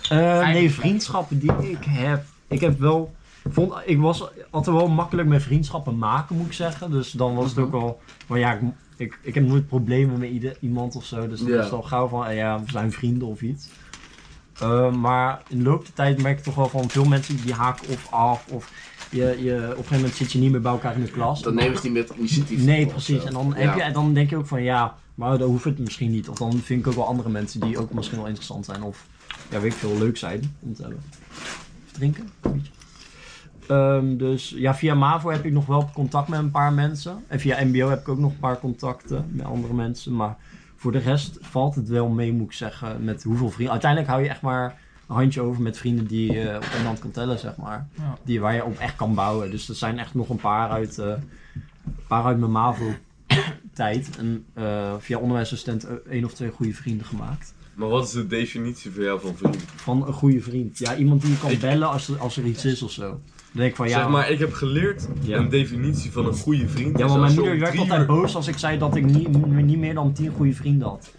Eh, nee, Eigenlijk. vriendschappen die ik heb. Ik heb wel. Vond, ik was altijd wel makkelijk met vriendschappen maken, moet ik zeggen. Dus dan was Mhm. het ook al. Maar ja, ik, ik, ik heb nooit problemen met ieder, iemand of zo. Dus dan Ja. is het al gauw van. eh, ja, we zijn vrienden of iets. Eh, maar in de loop der tijd merk ik toch wel van veel mensen die haken of af. Of je, je, op een gegeven moment zit je niet meer bij elkaar in de klas. Dan nemen ze niet meer het initiatief. Nee, voor of precies. zo. En dan, Ja. heb je, en dan denk je ook van ja, maar dan hoeft het misschien niet. Of dan vind ik ook wel andere mensen die ook misschien wel interessant zijn. Of ja, weet ik veel, leuk zijn om te hebben. Of drinken, een beetje. Ehm, dus ja, via MAVO heb ik nog wel contact met een paar mensen. En via MBO heb ik ook nog een paar contacten met andere mensen. Maar voor de rest valt het wel mee, moet ik zeggen, met hoeveel vrienden. Uiteindelijk hou je echt maar een handje over met vrienden die je op een hand kan tellen, zeg maar. Ja. Die, waar je op echt kan bouwen. Dus er zijn echt nog een paar uit, eh, een paar uit mijn (coughs) MAVO-tijd. En eh, via onderwijsassistent eh, één of twee goede vrienden gemaakt. Maar wat is de definitie voor jou van vriend? Van een goede vriend. Ja, iemand die je kan Ik- bellen als er, als er iets is of zo. Dan denk ik van ja. zeg maar, ik heb geleerd Ja. een definitie van een goede vriend. Ja, is want als mijn je moeder om werd drie altijd uur- boos als ik zei dat ik niet, niet meer dan 10 goede vrienden had.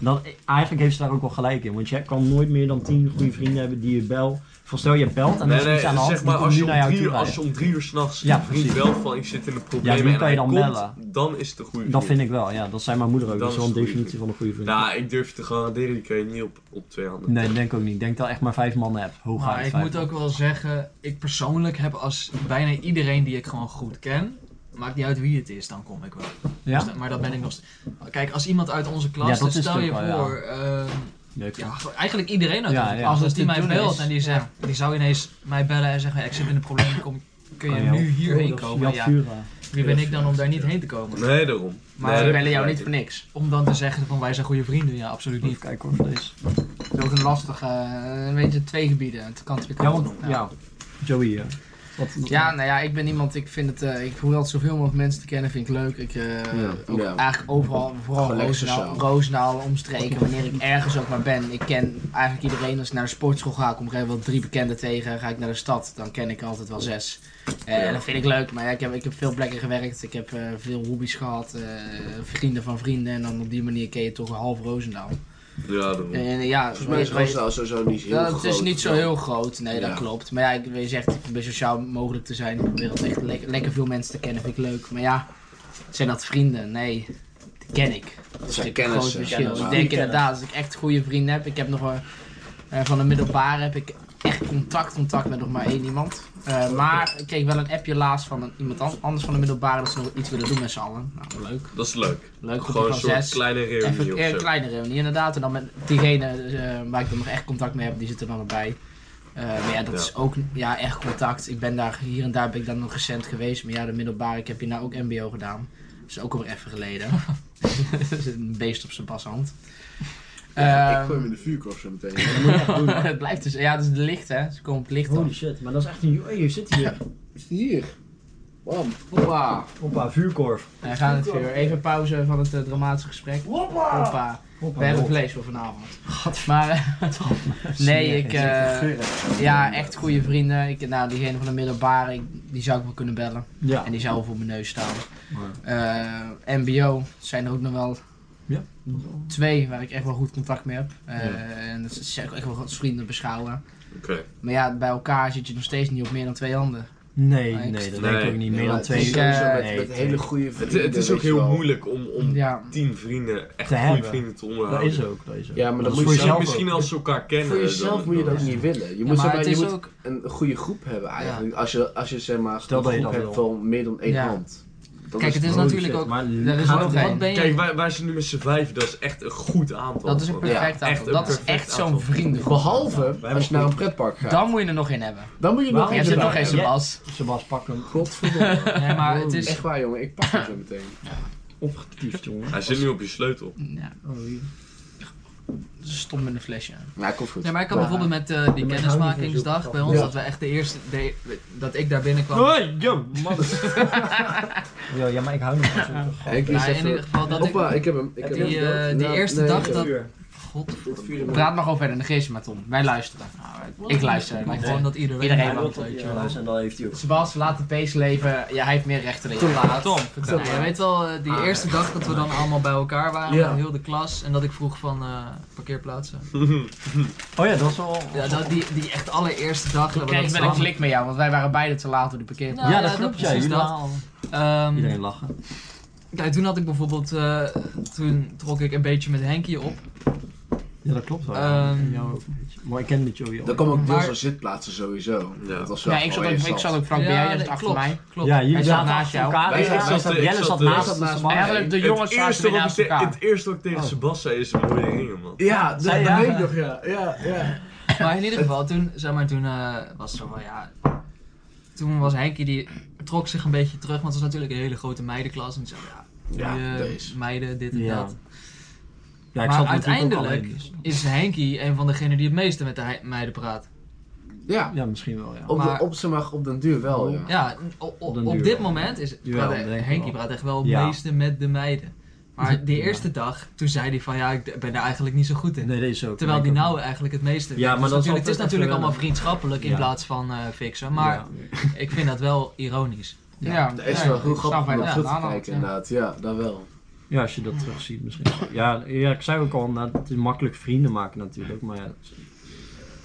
Dat, eigenlijk heeft ze daar ook wel gelijk in, want je kan nooit meer dan 10 goede vrienden hebben die je bel. Van stel je belt en dan Nee, is er nee, iets aan de hand, zeg maar, die komt als je, nu om naar jou drie toe uur, als rijden. je om drie uur s'nachts Ja, een vriend precies. belt van ik zit in de problemen die en kan je hij dan komt, bellen. dan is het een goede Dat vriend. vind ik wel, ja. Dat zei mijn moeder ook. Dan Dat is is wel een het goede definitie van een goede vriend. Nou, ik durf je te garanderen, die kan je niet op, op twee handen. Nee, dat denk ik ook niet. Ik denk dat echt maar vijf mannen heb. Hooguit Maar ik vijf moet ook wel zeggen, ik persoonlijk heb als bijna iedereen die ik gewoon goed ken, maakt niet uit wie het is, dan kom ik wel. mannen. Dus da- maar dat ben ik nog steeds. Kijk, als iemand uit onze Ja, klas, dat dus is stel het je ook wel, ja. voor, ehm, Ja? ik- ja, voor eigenlijk iedereen uit Ja, onze ja. klas, Als als het die te mij doen belt is, en die zegt, die zou ineens mij bellen en zeggen, ik zit in een probleem, kom, kun je Kan je nu hierheen Oh, dat is komen? Jad Ja, Vura. wie ben ik dan om daar niet heen te komen? Nee, daarom. Maar Nee, ze dat bellen jou begrijp niet ik. voor niks. Om dan te zeggen van wij zijn goede vrienden, ja absoluut niet. Even kijken hoor, voor deze. Het is ook een lastige, eh, weet je, twee gebieden. Het kan twee Ja, kanten want, op. ja. Joey, eh. ja. Wat, wat- Ja, nou ja, ik ben iemand, ik vind het, eh, ik probeer altijd zoveel mogelijk mensen te kennen, vind ik leuk. Ik, eh, Ja, ook ja. eigenlijk overal, vooral Gewoon lekker Roosendaal, sociaal. Roosendaal omstreken, wanneer ik ergens ook maar ben. Ik ken eigenlijk iedereen, als ik naar de sportschool ga, kom ik er wel drie bekenden tegen. Ga ik naar de stad, dan ken ik altijd wel zes. Eh, Ja. En dat vind ik leuk, maar ja, ik, heb, ik heb veel plekken gewerkt, ik heb eh, veel hobby's gehad, eh, vrienden van vrienden. En dan op die manier ken je toch half Roosendaal. Ja, daarom. En, eh, ja, Volgens mij is weet- weet- Roosendaal sowieso niet heel ja, groot. het is niet zo heel groot, nee, dat Ja. klopt. Maar ja, ik, je zegt, ik probeer sociaal mogelijk te zijn. Ik probeer altijd echt le- lekker veel mensen te kennen, vind ik leuk. Maar ja, zijn dat vrienden? Nee, die ken ik. Het Dat is zijn een groot kennissen. verschil. kennissen. ik Goeie denk kennis. inderdaad, als ik echt goede vrienden heb, ik heb nog wel, eh, van de middelbare heb ik echt contact, contact met nog maar één iemand. Eh, maar ik kreeg wel een appje laatst van een- iemand an- anders van de middelbare dat ze nog iets willen doen met z'n allen. Nou, leuk. Dat is leuk. Leuk, groepje Gewoon een van soort zes. kleine Even reunie een of zo. kleine reunie, inderdaad. En dan met diegene dus, eh, waar ik dan nog echt contact mee heb, die zit er dan nog bij. Eh, maar ja, dat Ja. is ook ja, echt contact. Ik ben daar, hier en daar ben ik dan nog recent geweest. Maar ja, de middelbare, ik heb hier nou ook mbo gedaan. Dat is ook alweer even geleden. (laughs) Dat is een beest op zijn bashand. Ja, Ik Ehm, gooi hem in de vuurkorf zo meteen. (laughs) dat moet je echt doen. (laughs) het blijft dus, ja, het is de licht hè. Ze komen op licht Holy dan. shit, maar dat is echt een... Hey, je zit hier. Is die hier? Bam. Hoppa. Hoppa, vuurkorf. We gaan het weer. Even pauze van het eh, dramatische gesprek. Hoppa! Hoppa. Hoppa, We hebben hop. vlees voor vanavond. Maar eh, nee, Smerig. ik... eh, Ja, echt goede vrienden. Ik, nou, diegene van de middelbare, ik- die zou ik wel kunnen bellen. Ja. En die zou wel voor mijn neus staan. Eh, MBO zijn er ook nog wel Ja. twee waar ik echt wel goed contact mee heb. Eh, En dat zou ik echt wel als vrienden beschouwen. Oké. Maar ja, bij elkaar zit je nog steeds niet op meer dan twee handen. Nee, Maar ik- nee, dat Nee. denk ik ook niet. Meer Ja, dan het is twee... sowieso eh, met, nee, met twee. hele goede Het, vrienden. het is ook weet je heel wel. moeilijk om, om Ja. tien vrienden, echt Te goede hebben. vrienden te Dat onderhouden. is ook, dat is ook. Ja, maar Dat dan moet is je voor Misschien- zelf jezelf Misschien ook. als ze elkaar kennen. eh, Voor jezelf dan- moet je dat dan- niet willen. Je Ja, moet, zeg maar maar, het je is moet ook... een goede groep hebben eigenlijk. Als je, als je zeg maar Stel een dat je groep dat hebt wil. van meer dan één Ja. hand. Dat Kijk, het is Holy natuurlijk shit, ook- maar er is gaat nog het- geen- Wat ben Kijk, je? wij, wij zijn nu met z'n vijf, dat is echt een goed aantal. Dat is een perfect Ja, echt aantal. een Dat is perfect echt zo'n aantal. vriendengroep. Behalve hebben als je naar een pretpark gaat. Dan moet je er nog in hebben. Dan moet je nog Waarom Je eentje hebt er Ja. nog bij geen hebben. Sebas. Sebas, pak hem Godverdomme. Nee, maar het Echt is, waar jongen, ik pak het zo meteen. opgetiefd, jongen. Hij zit nu op je sleutel. Ja. Stom met een flesje. Nou, komt goed. Nee, maar ik had Ja. bijvoorbeeld met eh, die Ja, maar kennismakingsdag bij ons, Ja. dat we echt de eerste, de- dat ik daar binnenkwam. Hoi, yo, (laughs) man. Yo, ja, maar ik hou niet van zo'n Ik wist Nou, in even- ieder geval dat Hoppa, ik... ik heb hem. Ik heb Die, hem. eh, die Nou, eerste nee, dag ik heb- dat- vuur. God, dit vuur in mijn- Praat maar gewoon verder, negeer ze maar Tom. Wij luisteren. Nou, ik luister. maar maar ik- gewoon dat iedereen... Iedereen daar mag loopt, Ja, weet je ja, wel. en dan heeft hij ook... Sebas, laat de pees leven. Ja, hij heeft meer rechten dan Tom, jij. Laat. Tom, vertel. Vertel. je weet wel, eh, die Ah. eerste dag dat we dan allemaal bij elkaar waren, Ja. heel de klas, en dat ik vroeg van eh, parkeerplaatsen. Oh ja, dat is wel... Ja, dat, die, die echt allereerste dag... Toen dat we kreeg ik dat wel een samen- klik met jou, want wij waren beide te laat door die parkeerplaats. Ja, Ja, ja, dat klopt, dat- ja. precies jullie dat. allemaal- Ehm, Iedereen lachen. Kijk, toen had ik bijvoorbeeld, eh, toen trok ik een beetje met Henkie op. Ja, dat klopt wel. Ehm, En jou ook een beetje. Maar ik ken dit Joey al. Er kwam ook Maar- deels aan zitplaatsen sowieso. Ja. Dat was wel Ja, ik zat, gewoon ook, ik interessant. zat ook Frank bij Ja, jou, jij nee, zat achter klopt, mij. Klopt. Ja, jullie Hij zat zaten naast naast jou. elkaar. Wij Ja, zaten- zat- ik Jelle zat- zat ik naast zat naast naast mij. mij. Eigenlijk de Het jongens zaten eerste weer wat naast ik te- elkaar. Het eerste wat ik tegen Oh. Sebas zei is mooie ringen, man. Ja, dat Zij dat daar- weet ik nog, ja. ja, ja. Maar in ieder geval, toen, zeg maar, toen eh, was het zo van, ja... Toen was Henkie, die trok zich een beetje terug, want het was natuurlijk een hele grote meidenklas. En die zei, ja, die, Ja, eh, deze. meiden, dit en Ja. dat. Ja, ik maar zat natuurlijk ook uiteindelijk alleen, dus- is Henkie een van degenen die het meeste met de hei- meiden praat. Ja, Ja, misschien wel, ja. op, Maar- de, op, zeg maar, op den duur wel, ja. Ja, o- o- Op den op duur dit wel. moment is Jawel, praat, denk ik Henkie wel. praat echt wel het Ja. meeste met de meiden. (laughs) Maar die eerste dag, toen zei hij van ja, ik ben daar eigenlijk niet zo goed in. Nee, deze ook. Oh. Terwijl Ik die ook. nou eigenlijk het meeste Ja, weet. maar Dus dat is natuurlijk, het is altijd natuurlijk even- allemaal vriendschappelijk in Ja. plaats van eh, fixen. Maar ik vind dat wel ironisch. Ja, Het is wel heel grappig om op terug nou, te kijken, inderdaad. Ja, dat wel. Ja, als je dat terugziet misschien. Ja, ja, ik zei ook al, nou, het is makkelijk vrienden maken natuurlijk. Maar ja,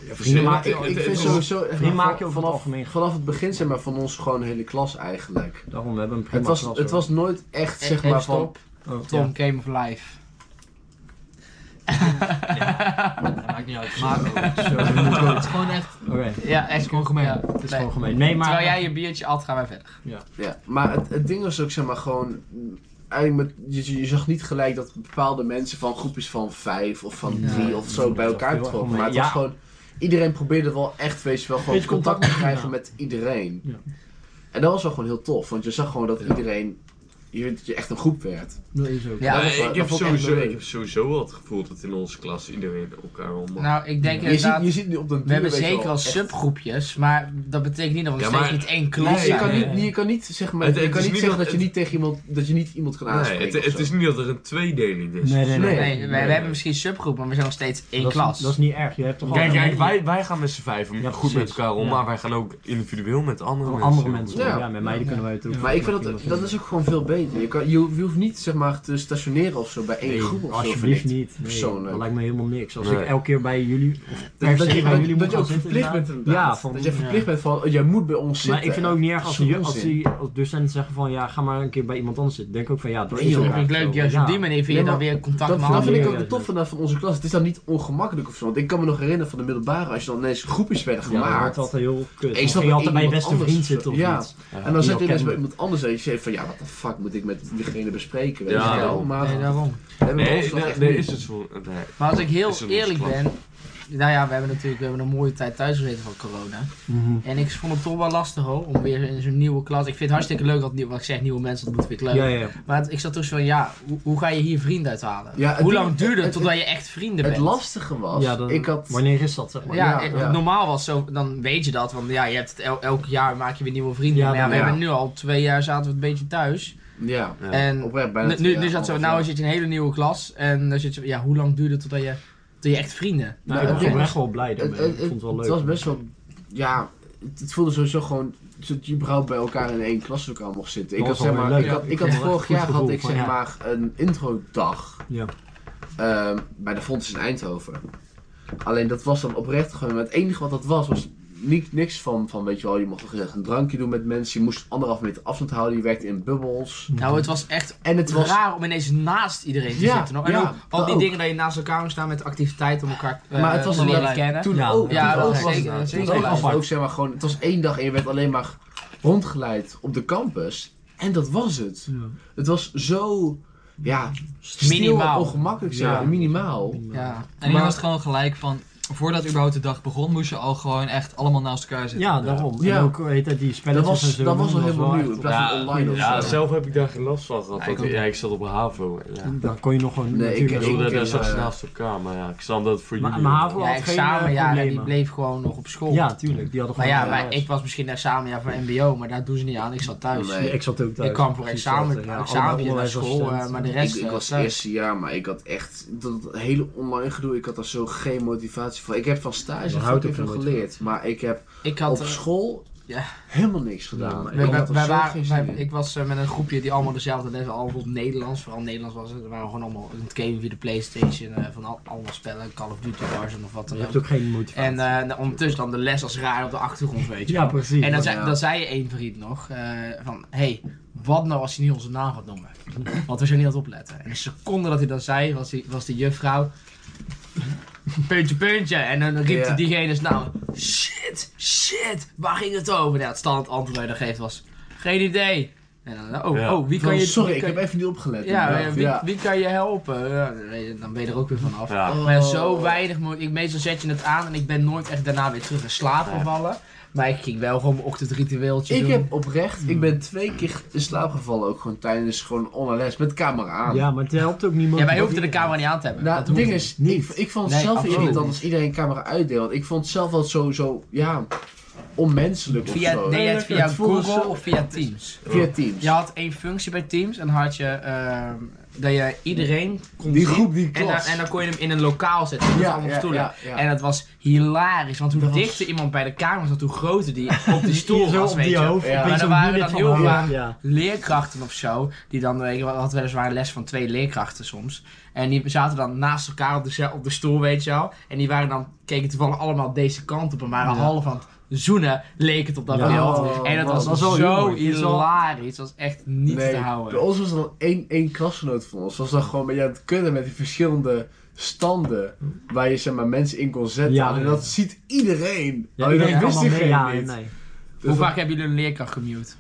Ja, vrienden maar- maken- Ik, ik vind het- sowieso... echt vrienden maar maken over het vanaf, algemeen. vanaf het begin, zeg maar, van ons gewoon hele klas eigenlijk. Daarom we hebben een prima Het was, klas, het hoor. was nooit echt, Hey, zeg hey, maar, van... stop. Oh, Tom, ja. Game of Life. Dat maakt niet uit. (laughs) Maar Zo, we moeten- het is gewoon echt, Oké, Ja, echt. is gewoon gemeen. Ja, het is nee. gewoon gemeen. Nee, maar... Terwijl jij je biertje at, gaan wij verder. Ja, maar het, het ding was ook, zeg maar, gewoon... mm, Eigenlijk met, je, je zag niet gelijk dat bepaalde mensen van groepjes van vijf of van Ja. drie of zo bij Dat viel elkaar echt trokken. mee. Maar het was Ja. gewoon... Iedereen probeerde wel echt, weet je wel, gewoon Beetje contact te contact, krijgen ja. met iedereen. Ja. En dat was wel gewoon heel tof, want je zag gewoon dat iedereen... Je, weet dat je echt een groep werd. Dat is ook. Ja, Nee, dat vond- ik, dat heb vond ik echt sowieso, leuk. ik heb sowieso wel het gevoel dat in onze klas iedereen elkaar wel mag. Nou, ik denk Je ziet, inderdaad... je ziet nu op de We hebben zeker al subgroepjes, maar dat betekent niet dat we nog Ja, maar- steeds niet één klas Nee, je zijn. kan nee, niet, nee. je kan niet, zeg maar, Het- je het kan is niet niet zeggen dat- dat je niet tegen iemand, nou, dat je niet iemand kan nee, aanspreken. het, het is niet dat er een tweedeling is. Nee, nee, Nee, nee. we- we, hebben misschien subgroepen, maar we zijn nog steeds één dat is- klas. Dat is niet erg. Je hebt toch al Oh, Kijk, een kijk hele- wij, wij gaan met z'n vijf Ja, goed met precies. elkaar om, Ja. maar wij gaan ook individueel met andere mensen. andere om. mensen. Ja. Ja, met meiden kunnen wij het ook. Maar ik vind dat, dat is ook gewoon veel beter. Je, kan, je, je hoeft niet, zeg maar, te stationeren of zo bij één Nee, groep of zo. alsjeblieft vind ik. niet. Nee, Persoonlijk. dat lijkt me helemaal niks. Als Nee. ik elke keer bij jullie, of per Dat, se je, bij dat, jullie dat moet je gaan ook zitten. verplicht bent inderdaad. inderdaad. Ja, van- dat je ja. verplicht bent van, oh, jij moet bij ons zitten. Maar ik vind ook niet erg Dat als, is die, onzin. als, die, als docenten zeggen van ja, ga maar een keer bij iemand anders zitten. Denk ook van ja, Nee, dat is joh. ook dat vind ik echt leuk, zo. juist Ja. op die manier vind Nee, je maar dan weer contact Dat, met dat vind anderen. ik Ja, ook het tof ja. vanaf van onze klas. Het is dan niet ongemakkelijk of zo. Want ik kan me nog herinneren van de middelbare, als je dan ineens groepjes werden Ja, dat gemaakt. wordt altijd heel kut. Ik Ik snap je dat altijd bij je iemand beste anders- vriend zitten of Ja. iets. en dan Die zit al je ineens kende. bij iemand anders en je zegt van, ja, wat de fuck moet ik met diegene bespreken? Weet Ja. je wel? Maar Nee, daarom. we hebben bij ons Nee, dat nee, echt nee, niet. is het zo. Nee. Maar als ik Is heel een eerlijk klas. ben, nou ja, we hebben natuurlijk we hebben een mooie tijd thuis gezeten van corona. Mm-hmm. Mhm. En ik vond het toch wel lastig hoor, om weer in zo'n nieuwe klas. Ik vind het hartstikke leuk dat nieuw, wat ik zeg, nieuwe mensen ontmoeten, vind ik leuk. Ja, ja. Maar het- ik zat toen zo van, ja, hoe, hoe ga je hier vrienden uithalen? Ja, het hoe ding- lang duurde het- het totdat je echt vrienden Het bent? lastige was, Ja, dan- ik had... Wanneer is dat zeg maar? Ja, Ja, eh, ja. normaal was zo, dan weet je dat, want ja, je hebt het el- elk jaar maak je weer nieuwe vrienden. Ja, maar ja, we ja. hebben nu al twee jaar zaten we een beetje thuis. Ja, Ja. En oprecht bijna nu, twee nu, jaar, nu zat zo, anderhalf nou jaar. zit je in een hele nieuwe klas en dan zit je, ja, hoe lang duurde het totdat je, totdat je echt vrienden? Nou, Nou, ik het ding was was- echt wel blij Het, daarmee. Ik het, vond het wel leuk. het was best wel... Ja, het, het voelde sowieso gewoon... Dat je überhaupt bij elkaar in één klaslokaal mocht zitten. Ik had, Dat was zeg wel maar, leuk. ik had, ik Ja, had echt vorig goed jaar had gevoel ik van, zeg ja. maar een introdag Ja. ehm, bij de Fontes in Eindhoven. Alleen dat was dan oprecht gewoon... Het enige wat dat was, was niet, niks van, van... Weet je wel, je mocht wel een drankje doen met mensen. Je moest anderhalf meter afstand houden. Je werkte in bubbels. Mhm. Nou, het was echt En het was... raar om ineens naast iedereen te Ja, zitten. hoor. En ja, ook al dat die ook. dingen dat je naast elkaar moet staan met activiteiten om elkaar eh, Maar het was te leren inderdaad kennen. Toen Ja, ook, ja, toen dat ook was was zeker- het, zeker toen ook leuk. was het ook, zeg maar, gewoon, het was één dag en je werd alleen maar rondgeleid op de campus. En dat was het. Het was zo, ja, stil en Minimaal. ongemakkelijk, zeg Ja. maar, minimaal. Ja. En hier Maar- was het gewoon gelijk van, voordat überhaupt de dag begon, moest je al gewoon echt allemaal naast elkaar zitten. Ja, daarom. Ja. En ook heet het, die Dat spelletjes en was, zo. dat was al helemaal wel nieuw, in echt- plaats van Ja, online of Ja, zo. zelf heb ik daar geen last van gehad. Ja, ik want ook ja, ik zat op HAVO. Ja. Dan kon je nog gewoon Nee, ik- Ik natuurlijk... wilde ik- daar ik- straks ja. naast elkaar, maar ja, ik snap dat het voor Maar- jullie... maar HAVO- ook- had Ja, geen, eh, examenjaren, die problemen. bleef gewoon nog op school. Ja, tuurlijk. Die hadden maar gewoon... ja, maar ik was misschien een examenjaar van mbo, maar daar doen ze niet aan. Ik zat thuis. Nee. Ik zat ook thuis. Ik kwam voor Precies examen, hetzelfde, ja. examen Allemaal naar school, eh, onderwijsassistent. maar de Ik, rest ik eh, was het thuis. eerste jaar, maar ik had echt dat hele online gedoe. Ik had daar zo geen motivatie voor. Ik heb van Je stage houdt fucking ook veel van geleerd, maar ik heb Ik had... op eh, school ja. helemaal niks gedaan. maar Ik wij- had wij- er wij zo waren- geen wij- zin in. ik was eh, met een groepje die allemaal dezelfde les hadden, allemaal op Nederlands. Vooral Nederlands was het. We waren gewoon allemaal in het game via de Playstation, eh, van al, allemaal spellen, Call of Duty, Warzone of wat dan Je hebt ook. ook geen motivatie. En eh, nou, ondertussen dan de les als raar op de achtergrond, weet je ja, wel. precies. En dan Ja. zei, dan zei je één vriend nog, eh, van, hé, hey, wat nou als hij niet onze naam gaat noemen? Want we zijn niet aan het opletten. En de seconde dat hij dat zei, was, die, was de juffrouw, puntje, puntje. En dan riep Ja. diegene zijn naam, shit, shit, waar ging het over? Nou, het standaard antwoord dat hij dan geeft was, geen idee. En dan, oh, Ja. oh, wie kan Van, je... sorry, wie ik kan- heb even niet opgelet. ja, inderdaad. wie, wie kan je helpen? Ja, dan weet je- dan ben je er ook weer vanaf. Ja. Oh. Maar ja, zo weinig mogelijk. Ik, meestal zet je het aan en ik ben nooit echt daarna weer terug in slaap Nee. gevallen. Maar ik ging wel gewoon mijn ochtendritueeltje Ik doen. heb oprecht, Hmm. ik ben twee keer in slaap gevallen ook gewoon tijdens gewoon online les met camera aan. Ja, maar het helpt ook niemand. ja, wij hoefden de camera niet aan te hebben. Nou, Dat het ding hoefde is, niet. ik, ik vond het Nee, zelf absoluut irritant niet. als iedereen camera uitdeelt. Want ik vond het zelf wel sowieso, ja, onmenselijk niet. of Via, zo. deed je het via Het voelde Google zo- of via Teams? Via Teams. Je had één functie bij Teams en dan had je ehm, dat je iedereen kon Die zien. groep, die En dan, klas. en dan kon je hem in een lokaal zetten. Met allemaal stoelen. ja. En dat was hilarisch, want hoe Dat was- dichter iemand bij de camera zat, hoe (laughs) groter die op die Hier stoel zo was, op weet die je. hoofd. Ja. opeens Maar er zo'n waren unit dan van heel hoog. vaak- Ja. leerkrachten of zo. Die dan, weet je, wel, had weliswaar een les van twee leerkrachten soms. En die zaten dan naast elkaar op de, cel- op de stoel, weet je wel. En die waren dan, keken toevallig allemaal deze kant op en waren Ja. half aan het zoenen, leek het op dat Ja. beeld. Oh, En dat man. was, Dat is wel zo humor. Dit is wel- hilarisch. Dat was echt niet te houden. Bij ons was er dan één, één klasgenoot van ons. Was dan gewoon met je aan het kunnen met die verschillende standen waar je zeg maar, mensen in kon zetten. Ja, en ja. dat ziet iedereen. Ja, Alleen iedereen Oh, dat kan wist wel mee, diegene ja, niet. nee. Dus Hoe dat- vaak hebben jullie een leerkracht gemute?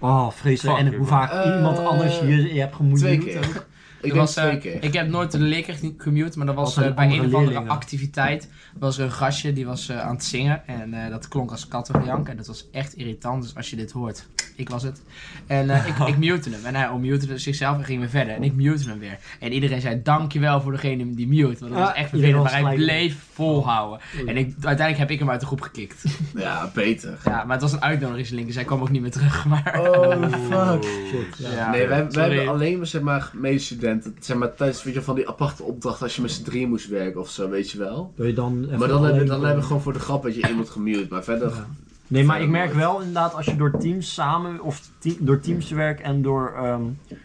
Oh, vreselijk. Fuck En hoe you, vaak man. iemand Eh, anders je, je hebt gemoeid. Twee doet keer. ook. Ik Er was was, twee eh, keer. Ik heb nooit de leerkracht niet gemute, maar dat was, Was een eh, bij een andere of andere leerling dan. activiteit. was er een gastje die was eh, aan het zingen en eh, dat klonk als kattengejank en dat was echt irritant. Dus als je dit hoort, ik was het. En eh, ik, (laughs) ik mute hem en hij onmute zichzelf en ging weer verder. En ik mute hem weer. En iedereen zei dankjewel voor degene die mute, want dat was Ah, echt iedereen vervelend. was Maar hij gelijk. bleef volhouden. En ik, uiteindelijk heb ik hem uit de groep gekikt. Ja, beter. Ja, maar het was een uitnodigingslink, dus hij kwam ook niet meer terug. (laughs) Maar... Oh, (laughs) fuck. Shit, ja. Ja. nee, wij, wij Sorry. hebben alleen maar, zeg maar medestudenten. Zeg maar tijdens weet je, van die aparte opdrachten als je met z'n drieën moest werken of zo, weet je wel. Wil je dan even Maar dan, alleen hebben, dan maar- hebben we gewoon voor de grap dat je iemand gemute. Maar verder, Ja. Nee, maar ik Verder merk nooit. wel inderdaad als je door teams samen, of te- door teams te werken en door ehm,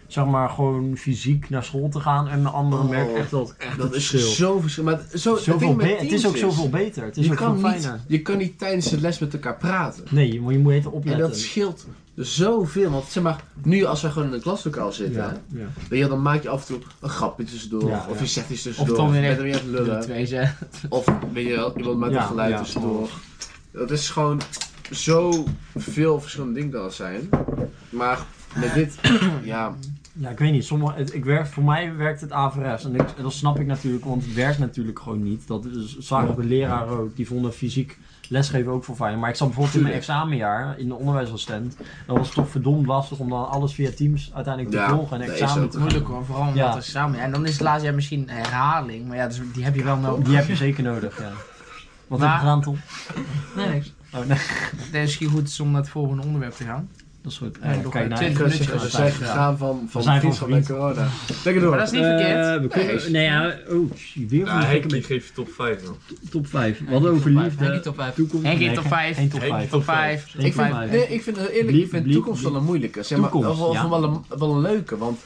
zeg maar gewoon fysiek naar school te gaan en de anderen Oh, merk ik echt dat echt dat het is verschil. zo verschillend. Maar zo, het, Zoveel ding met be- het is teams ook zoveel beter. Het is Je ook kan, veel niet, fijner. je kan niet tijdens de les met elkaar praten. Nee, je moet, je moet even En opletten. dat scheelt zoveel. Want zeg maar, nu als wij gewoon in een klaslokaal zitten, ja, ja. hè, weet je, dan maak je af en toe een grapje tussendoor. Ja, of ja. je zegt iets Of tussendoor. Tom je weer bent er even weer aan het de lullen. twee zijn. Of weet je wel, iemand met Ja, een geluid ja. tussendoor. Dat is gewoon zo veel verschillende dingen kan het zijn. Maar met dit, (clears throat) ja, Ja, ik weet niet. Sommige, het- ik werk, voor mij werkt het averechts. En ik- dat snap ik natuurlijk, want het werkt natuurlijk gewoon niet. Dat is- zagen de leraren ook. Die vonden fysiek lesgeven ook veel fijn. Maar ik zat bijvoorbeeld in mijn examenjaar in de onderwijsassistent. Dat was toch verdomd lastig om dan alles via teams uiteindelijk te Ja, volgen. En dat is examen ook. te Moeilijk hoor, vooral omdat Ja. we samen En dan is het laatste jaar misschien een herhaling, maar ja, dus die heb je wel nodig. Die heb je zeker nodig, ja. Wat Maar- heb je gedaan, Tom? Nee, niks. Oh, nee. Het is misschien goed is om naar het volgende onderwerp te gaan. Dat is goed. Nee, Eh, nog kijk een naar- ik twintig kan minuutjes zeggen, we aan zijn tijd, ja. gegaan van, van We zijn vriendschap gewoon naar corona. Lekker door. Maar dat is niet verkeerd. Eh, we kunnen, Nee. nee, ja, oh, shit, weer Ja, van Henk, de ik geef je top 5 dan. top 5. We hadden over Henkie liefde, top 5. toekomst. Henk in Nee, top geen- 5. Geen top Henk 5. Top top 5. Ik Ik vind, vind- nee, ik vind het eerlijk, Bliep, ik vind bliep, toekomst wel een moeilijke. Zeg maar, Toekomst, wel, wel- ja. wel, een, wel een leuke. Want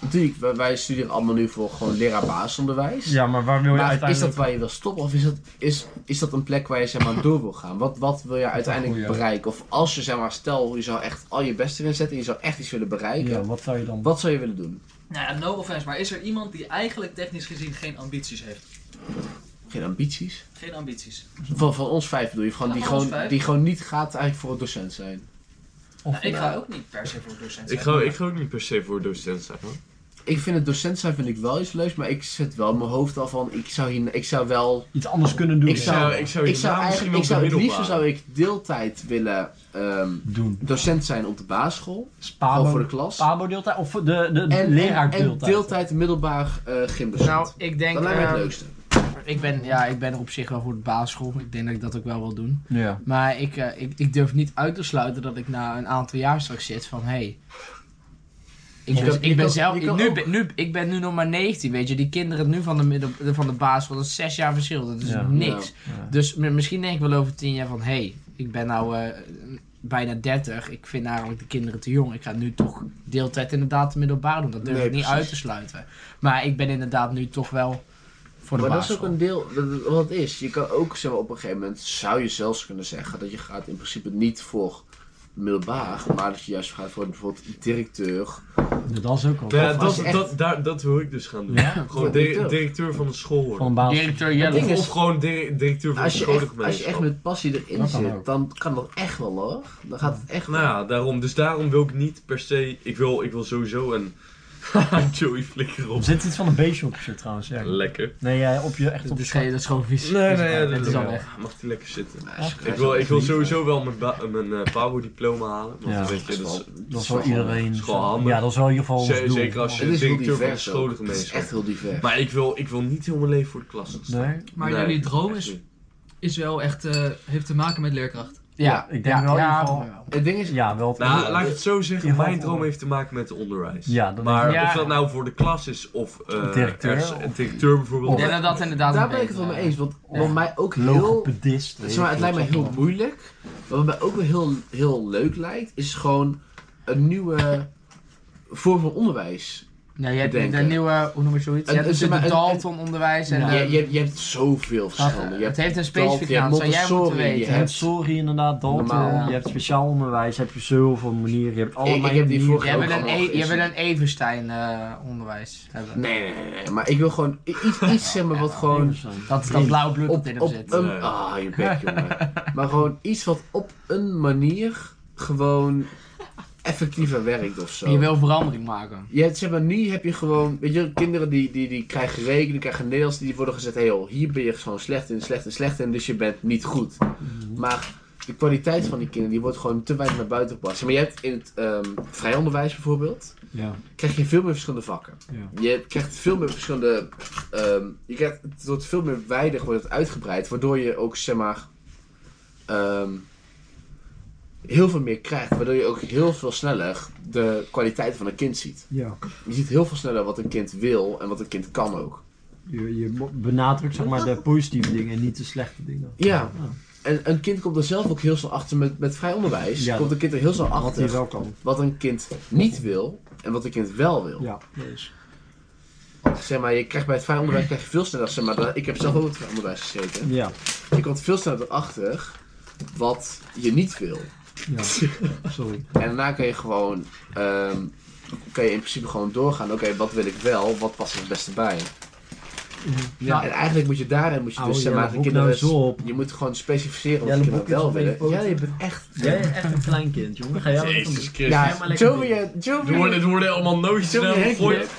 natuurlijk, wij, wij studeren allemaal nu voor gewoon leraar basisonderwijs. Ja, maar waar wil je maar is dat uiteindelijk... waar je wil stoppen? Of is dat, is, is dat een plek waar je zeg maar, door wil gaan? Wat, wat wil je uiteindelijk goeie. bereiken? Of als je zeg maar, stel, je zou echt al je best erin zetten en je zou echt iets willen bereiken. Ja, wat zou je dan... Wat zou je willen doen? Nou ja, no offense, maar is er iemand die eigenlijk technisch gezien geen ambities heeft? Geen ambities? Geen ambities. Van, van ons vijf bedoel je? Van Ja, die, van ons gewoon, vijf. die gewoon niet gaat eigenlijk voor het docent zijn. Nou, ik ga nou. ook niet per se voor docent Ik zijn. ga, ik ga ook niet per se voor docent zijn. hoor. Ik vind het docent zijn vind ik wel iets leuks, maar ik zet wel in mijn hoofd al van ik zou, hier, ik zou wel Iets anders kunnen doen. Ik zou, ik ik zou zou, hierna misschien eigenlijk, wel ik zou op het de liefst middelbare. zou ik deeltijd willen ehm, doen. Dus docent zijn op de basisschool. Gewoon voor Pabo, de klas. Pabo deeltijd of de, de, de en, leraar en, en deeltijd. deeltijd middelbaar eh gymdocent. Nou, ik denk. dat lijkt mij het ehm, leukste. ik, ben, ja, ik ben er op zich wel voor de basisschool. Ik denk dat ik dat ook wel wil doen. Ja. Maar ik, eh, ik, ik durf niet uit te sluiten dat ik na een aantal jaar straks zit van hé. Hey, ik Je ben, kan- je ik ben kan- zelf. je ik- kan nu, ook- ben- nu, ik ben nu nog maar 19, weet je. Die kinderen nu van de, middel, de- van de basisschool, dat is zes jaar verschil. Dat is Ja. niks. Ja. Dus mi- misschien denk ik wel over tien jaar van... hé, hey, ik ben nou eh, bijna 30. Ik vind eigenlijk de kinderen te jong. Ik ga nu toch deeltijd inderdaad de middelbaar doen. Dat durf Nee, ik niet precies. uit te sluiten. Maar ik ben inderdaad nu toch wel voor de Maar dat is ook basisschool. een deel, dat- dat- wat het is. Je kan ook zeg maar, op een gegeven moment, zou je zelfs kunnen zeggen, dat je gaat in principe niet voor middelbaar, maar dat je juist gaat voor bijvoorbeeld directeur. Dat is ook al. Ja, als dat, je echt- dat, daar, dat wil ik dus gaan doen. Gewoon dat dir- wil ik ook. directeur van de school Van worden. een baas. Directeur Het Jelle. ding Of, is- of gewoon dir- directeur van de Nou, Als je, echt, als je echt scholengemeenschap. met passie erin Dat kan ook. zit, dan kan dat echt wel hoor. Dan gaat het echt wel. Nou ja, daarom. Dus daarom wil ik niet per se... Ik wil, ik wil sowieso (laughs) een... Haha, Joey flikker op. Er zit iets van een beestje op je shirt trouwens. Ja. Lekker. Nee, jij op je echt Dat op je Dus- is, geen- dat is gewoon vies. dat is al weg. Mag hij lekker zitten. Nou, is- Ik wil, ik wil sowieso wel mijn, ba- mijn eh, PABO-diploma halen. Want Ja. weet je, dus- dat is, Dat is wel iedereen. is gewoon handig. Ja, dat is wel in ieder geval. ons Ze- doel. zeker als je- Het is heel directeur van de divers. ook. Het is scholengemeenschap. echt heel divers. Maar ik wil, ik wil niet heel mijn leven voor de klas gaan staan. Nee. Maar Nee, jullie droom echt is, niet. is wel echt, eh, heeft te maken met leerkracht. Ja, ik denk ja, wel in ja, ieder geval- ja, wel. Het ding is, Ja, wel. Nou, laat ik het zo zeggen. Ja, Mijn voor- droom heeft te maken met het onderwijs. Ja, dat maar is- Ja. of dat nou voor de klas is of eh Directeur. ergens- een directeur bijvoorbeeld. Ik denk dat dat inderdaad daar een ben ik het wel betere- mee eens. Want Ja. wat mij ook heel logopedist. weet Zeg maar, ik het lijkt me veel, heel dat moeilijk. Maar wat mij ook wel heel, heel leuk lijkt, is gewoon een nieuwe vorm van onderwijs. Ja, je hebt de, bedenken. nieuwe, hoe noem je zoiets? Een- Je hebt een- dus zeg eh, het maar, een- Dalton-onderwijs en Ja. de- je, je, je hebt zoveel verschillende. Je hebt het heeft een Dalton, specifieke je hebt naam, zou jij moeten Montessori, weten. je Je hebt sorry inderdaad, eh, Dalton. Normaal. Je hebt speciaal onderwijs, heb je zoveel manieren. Je hebt allemaal ik heb die manieren. vorige- Jij wil ook een, allemaal e, jij wil gelezen. een Evenstein-onderwijs hebben. Nee, nee, nee, nee, maar ik wil gewoon i- iets, iets zeg maar, wat gewoon Dat, dat blauwe bloed dat op, in hem op zit. een... Nee. Ah, je bek, jongen. Maar gewoon iets wat op een manier gewoon effectiever werkt of zo. je wil verandering maken. Je hebt, zeg maar, nu heb je gewoon, weet je, kinderen die, die, die krijgen rekenen, die krijgen Nederlands, die worden gezet, hé joh, hier ben je gewoon slecht in, slecht in, slecht in, dus je bent niet goed. Maar de kwaliteit van die kinderen, die wordt gewoon te weinig naar buiten gepast. Maar je hebt in het ehm vrij onderwijs bijvoorbeeld, Ja. krijg je veel meer verschillende vakken. Ja. Je krijgt veel meer verschillende, ehm, je krijgt, het wordt veel meer weidig, wordt het uitgebreid, waardoor je ook, zeg maar, ehm, heel veel meer krijgt, waardoor je ook heel veel sneller de kwaliteit van een kind ziet. Ja. Je ziet heel veel sneller wat een kind wil en wat een kind kan ook. Je, je mo- benadrukt zeg maar de positieve dingen en niet de slechte dingen. Ja. En een kind komt er zelf ook heel snel achter met, met vrij onderwijs. Ja, komt een kind er heel snel Wat hij achter wel kan. wat een kind niet wil en wat een kind wel wil. Ja, dat is. Zeg maar, je krijgt bij het vrij onderwijs krijg je veel sneller. Zeg maar, dat- ik heb zelf ook het vrij onderwijs gezeten. Ja. Je komt veel sneller erachter wat je niet wil. ja. Sorry. En daarna kan je gewoon, ehm, kan je in principe gewoon doorgaan. Oké, wat wil ik wel? Wat past er het beste bij? Ja. En eigenlijk moet je daarin, moet je Oude dus zeg Jelle, maar, de hoek nou kinderen... zo op. Je moet gewoon specificeren wat Jelle, de kinderen boek is wel op één willen. poot. Ja, je bent echt... Jij bent echt een klein kind, jongen. Ga jij Jezus met Christus. Ja, jij maar lekker Joey, doen. eh, Joey, Er worden, er worden allemaal nootjes Zullen we naar me heen gegooid.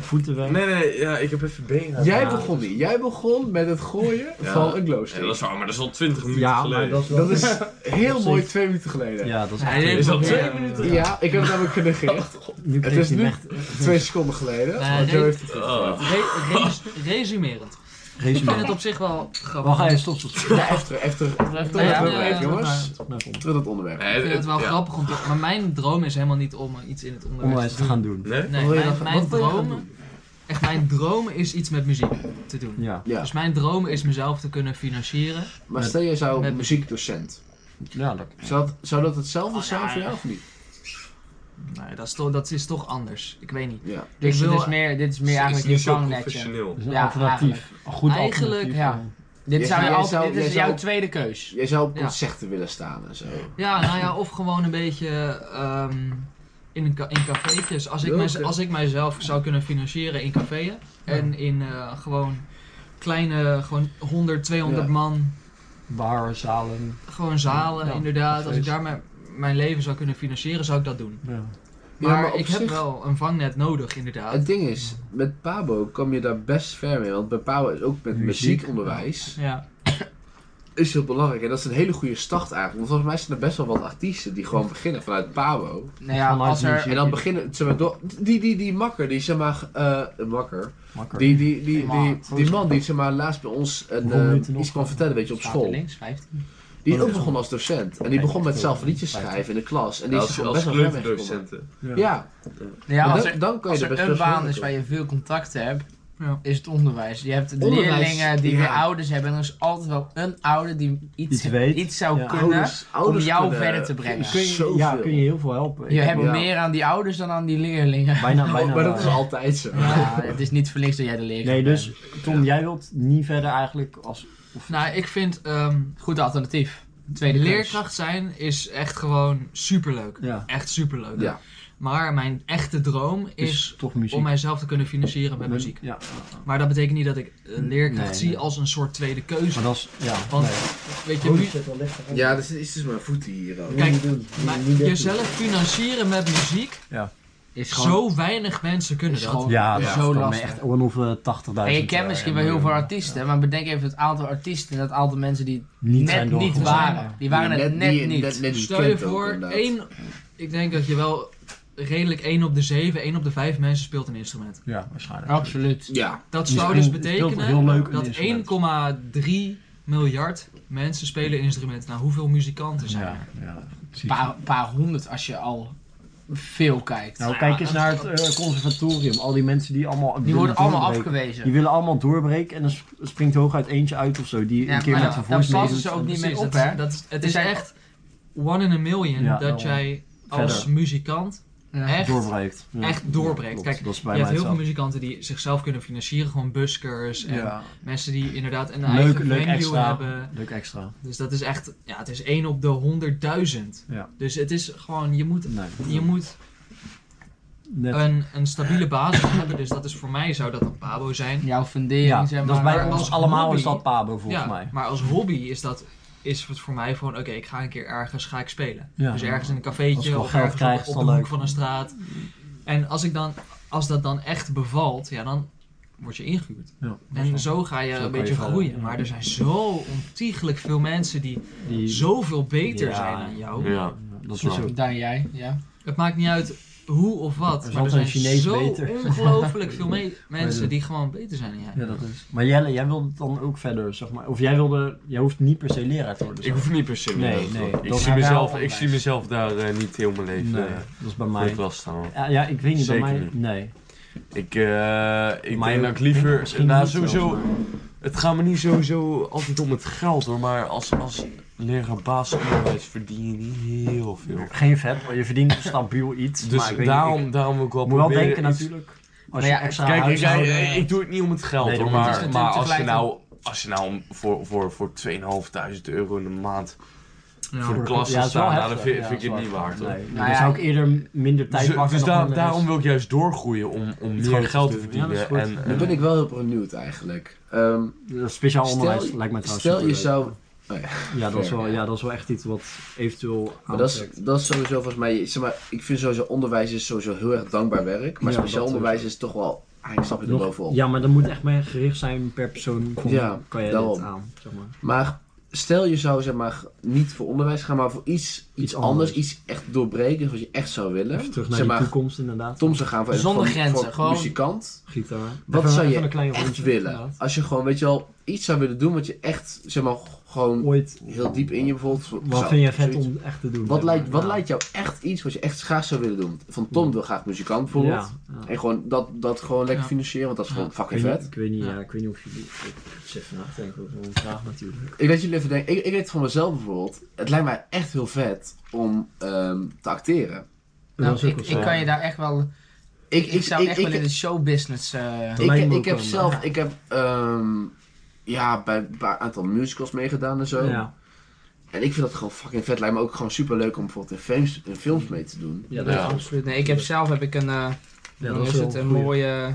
voeten weg? Nee, nee, nee, ja, ik heb even benen. uit jij mijn begon niet. Jij begon met het gooien Ja. van een glow Ja, dat stick. is waar, maar dat is al 20 minuten Ja, maar geleden. dat is wel... dat (laughs) is heel Op mooi zich. twee minuten geleden. Ja, Ja, dat is Hij heeft Is dat nog twee meer, minuten? eh, ik heb het namelijk genegeerd. Nu Het kreeg is hij nu hem echt- twee seconden geleden. Nee, maar nee. Joey heeft het Ah. re- res- resumerend. Ik vind het Resume. op zich wel grappig. Wacht, hij stop, stop, stop. Ja, even terug, even terug. Terug Terug naar- het ja, onderwerp, ja. jongens. Terug naar het Terug het onderwerp. Nee, Ik vind het wel ja. grappig om te... Maar mijn droom is helemaal niet om eh, iets in het onderwijs Onderwijs te te doen. gaan doen. Nee? Nee, Wat wil je mijn, dan- mijn wat wil je gaan droom... Echt, mijn droom is iets met muziek te doen. Ja. Ja, Dus mijn droom is mezelf te kunnen financieren. maar stel jij zou Met- muziekdocent. Ja, dat... Zou dat, zou dat hetzelfde Oh, zijn ja. voor jou of niet? Nee, dat is, toch, dat is toch anders. Ik weet niet. Ja. Dus Ik dit wil- is meer, dit is Het meer eigenlijk niet je zo vangnetje. professioneel. is een Ja, alternatief. Een goed Eigenlijk, alternatief. ja. Dit, Jij zou je zou- altijd- jij zou- dit jij is zou- jouw tweede keus. Jij zou op Ja. concerten willen staan en zo. Ja, nou ja, of gewoon een beetje ehm, in, een ca- in cafeetjes. Als ik, Leuk, mijz- hè? als ik mijzelf zou kunnen financieren in cafeeën en in eh, gewoon kleine, gewoon 100, 200 Ja. man, Bar, zalen. gewoon zalen, Ja, inderdaad. Als ik cafés. daar mijn, mijn leven zou kunnen financieren, zou ik dat doen. Ja. Ja, Maar, maar op ik zich- heb wel een vangnet nodig, inderdaad. Het ding is, met Pabo kom je daar best ver mee. Want bij Pabo is ook met Muziek. muziekonderwijs. Ja. is heel belangrijk. En dat is een hele goede start eigenlijk. Want volgens mij zijn er best wel wat artiesten die gewoon beginnen vanuit Pabo. Nou ja, Vanuit als er... muziek. En dan beginnen, zeg maar, door, die, die, die makker, die zeg maar, eh makker. Makker. Die, die, die, Die die, maat. die man die zeg maar laatst bij ons een, Hoeveel eh, minuten nog? iets kwam vertellen, weet je, op Staat school. er links, 15. Die is Oh, ook ja. eh, begonnen als docent. En die Kijk, begon met zo. zelf liedjes schrijven in de klas. En die is Als, gewoon als best wel ver mee gekomen. kleurendocenten. Ja, Ja, maar als dan, er, dan kan als je er er best een wel ver baan mee is waar je veel contact hebt, Ja. is het onderwijs. Je hebt Onderwijs, leerlingen die ja. weer ouders hebben. En er is altijd wel een ouder die iets, Iets weet. zou Ja. kunnen Ouders- ouders om jou kunnen- verder te brengen. Kun eh, Kun je, Zoveel. ja, kun je heel veel helpen. Je Ik hebt heb- Ja. meer aan die ouders dan aan die leerlingen. Bijna, Oh, bijna maar dat wel. is altijd zo. Ja, (laughs) het is niet verlicht dat jij de leerling Nee, dus bent. Tom, jij wilt niet verder eigenlijk als... Of, Nou, ik vind ehm, Goed alternatief. Tweede leerkracht. leerkracht zijn is echt gewoon superleuk. ja, Echt superleuk. Ja. Maar mijn echte droom is, is toch muziek. om mijzelf te kunnen financieren met muziek. Ja, Maar dat betekent niet dat ik een leerkracht Nee, zie nee. als een soort tweede maar keuze. dat is... Ja, Want, Weet je, mu- Ja, dus dit is dus mijn voet hier. ook. kijk, maar jezelf financieren met muziek, Is gewoon, zo weinig mensen kunnen is dat. gewoon Ja, dat Ja. is Zo dan lastig. echt ongeveer eh, 80.000. En je kent misschien wel heel veel artiesten, maar bedenk even het aantal artiesten en het aantal mensen die eh, Niet zijn net niet doorgegaan. waren. Die waren Die het net die- niet. Net, net niet Stel je kent ook, voor, inderdaad. één, ik denk dat je wel redelijk 1 op de 7, 1 op de 5 mensen speelt een instrument. Ja, waarschijnlijk. Absoluut. Ja, Dat Je zou dus speelt- speelt toch heel betekenen leuk een dat instrument. 1,3 miljard mensen spelen instrumenten. Nou, hoeveel muzikanten zijn er? ja. Een paar, paar honderd als je al veel kijkt. Nou, kijk eens naar het eh, conservatorium. Al die mensen die allemaal. Die willen worden allemaal doorbreken. afgewezen. Die willen allemaal doorbreken en dan sp- springt hooguit eentje uit of zo. Die Ja, een keer Nou maar met dat- zijn dat voice passen meedoet. ze ook niet Precies, meer op, dat- hè? Dat, het Er is zijn- echt one in a million Dus Ja, dat wel. jij als Verder. muzikant Ja. echt, doorbreekt. Ja. echt doorbreekt. Klopt, Kijk, dat is je bij hebt mij heel veel hetzelfde. muzikanten die zichzelf kunnen financieren. Gewoon buskers en Ja, mensen die inderdaad een Leuk- eigen leuk venue extra. hebben. leuk extra. Dus dat is echt, ja, het is één op de honderdduizend. Ja. Dus het is gewoon, je moet, Nee, je moet eh, net. een, een stabiele basis hebben. Dus dat is voor mij, zou dat een pabo zijn. Jouw fundering, ja, zeg maar. dat is bij maar ons als allemaal hobby- is dat Pabo volgens ja, mij. maar als hobby is dat... Is het voor mij gewoon, oké, ik ga een keer ergens ga ik spelen. Ja. dus ergens in een Als je cafeetje wel of geld ergens krijgt, op, is op dat de hoek leuk. van een straat. En als, ik dan, als dat dan echt bevalt, ja, dan word je ingehuurd. Ja. En zo ga je Zo een kan beetje je verder, groeien. ja. Maar er zijn zo ontiegelijk veel mensen die Die, zoveel beter Ja. zijn dan jou. Ja. dat is Zo. ook. Dan jij, ja. Het maakt niet uit hoe of wat, Er is maar er zijn altijd een Chinees zo beter. ongelooflijk (laughs) veel me- mensen het. die gewoon beter zijn dan jij. Ja, dat is. Maar Jelle, jij wilde het dan ook verder, zeg maar. Of jij wilde, jij hoeft niet per se leraar te worden. Ik zeg hoef niet per se meer. Nee, nee, ik, dat zie gaat mezelf, wel ik zie mezelf daar eh, niet heel mijn leven Nee, eh, dat is bij voor de mij. klas staan. hoor. Ja, ja, ik weet niet, bij Zeker mij, niet. nee. Ik, eh ik Maar denk je- dat ik denk liever... misschien Nou, niet sowieso... zelfs, Het gaat me niet sowieso altijd om het geld hoor, maar als, als leraar basisonderwijs verdien je niet heel veel. Geen vet, maar je verdient stabiel iets. maar Dus ik weet daarom, niet, daarom wil ik wel ik moet wel proberen denken iets- natuurlijk. Als je ja, extra Kijk, ik, huishouden- ik- ik doe het niet om het geld Nee, hoor, dat moet maar, natuurlijk maar als je tegelijk nou, als je nou voor, voor, voor 2.500 euro in de maand Ja. voor de klas Ja, te dat is wel staan, nou, dan heftig. vind, Ja, vind ik dat het is niet wel waard hoor. Nee, Nou dan ja, zou ik eerder minder tijd Dus, pakken dus dan da- om de rest. daarom wil ik juist doorgroeien om, om gewoon meer iets geld te te doen. Ja, verdienen. dat is goed. en, Ja. Daar ben ik wel heel benieuwd eigenlijk. Ehm, Ja, Speciaal Stel- onderwijs lijkt mij trouwens stel je superleuk. zou... ja, dat is wel, Fair, ja, dat is wel echt iets wat eventueel Maar dat, is, aantrekt. dat is sowieso volgens mij... Zeg maar, ik vind sowieso onderwijs is sowieso heel erg dankbaar werk. Maar Ja, speciaal dat onderwijs is toch wel ah, eigenlijk een stapje Nog- erbovenop. Ja, maar dat moet echt meer gericht zijn per persoon. Van, Ja, kan jij daarom. dit aan? Zeg maar. Maar stel je zou zeg maar niet voor onderwijs gaan, maar voor iets, iets, Iets anders, anders. iets echt doorbreken, wat je echt zou willen. Even terug naar zeg de maar, toekomst inderdaad. Tom zou gaan voor Zonder voor- grenzen, voor gewoon- muzikant. Gitaar. Wat zou je een klein Echt rondje, willen. inderdaad. Als je gewoon, weet je wel, iets zou willen doen wat je echt, zeg maar, gewoon Ooit, heel diep in je bijvoorbeeld. zou- wat vind jij vet zoiets- om echt te doen? Wat zeg maar? lijkt, wat Ja. Hmm. lijkt jou echt iets wat je echt graag zou willen doen? Van Tom wil graag muzikant bijvoorbeeld. Ja, ja. En gewoon dat, dat gewoon lekker Ja. financieren, want dat is Ja. gewoon Ik fucking weet, vet. niet, ik, weet niet, Ja. ja, ik weet niet of jullie... Ik zit vandaag denk ik ook wel een vraag natuurlijk. Ik weet jullie even denken, ik, ik weet van mezelf bijvoorbeeld, het lijkt mij echt heel vet om ehm, te acteren. Dat Nou, is ook ik, wel ik zo. kan je daar echt wel... Ik, Ik, zou echt wel in de showbusiness... eh ik, lijkt me ik ook heb wel, zelf, ja. ik heb ehm, ja, bij een paar aantal musicals meegedaan en zo. Ja, En ik vind dat gewoon fucking vet. Lijkt me ook gewoon super leuk om bijvoorbeeld in films, in films mee te doen. ja, Ja. dat is- Absoluut. Nee, ik heb zelf heb ik een... eh ja, dan dat is wel het een goeie. mooie...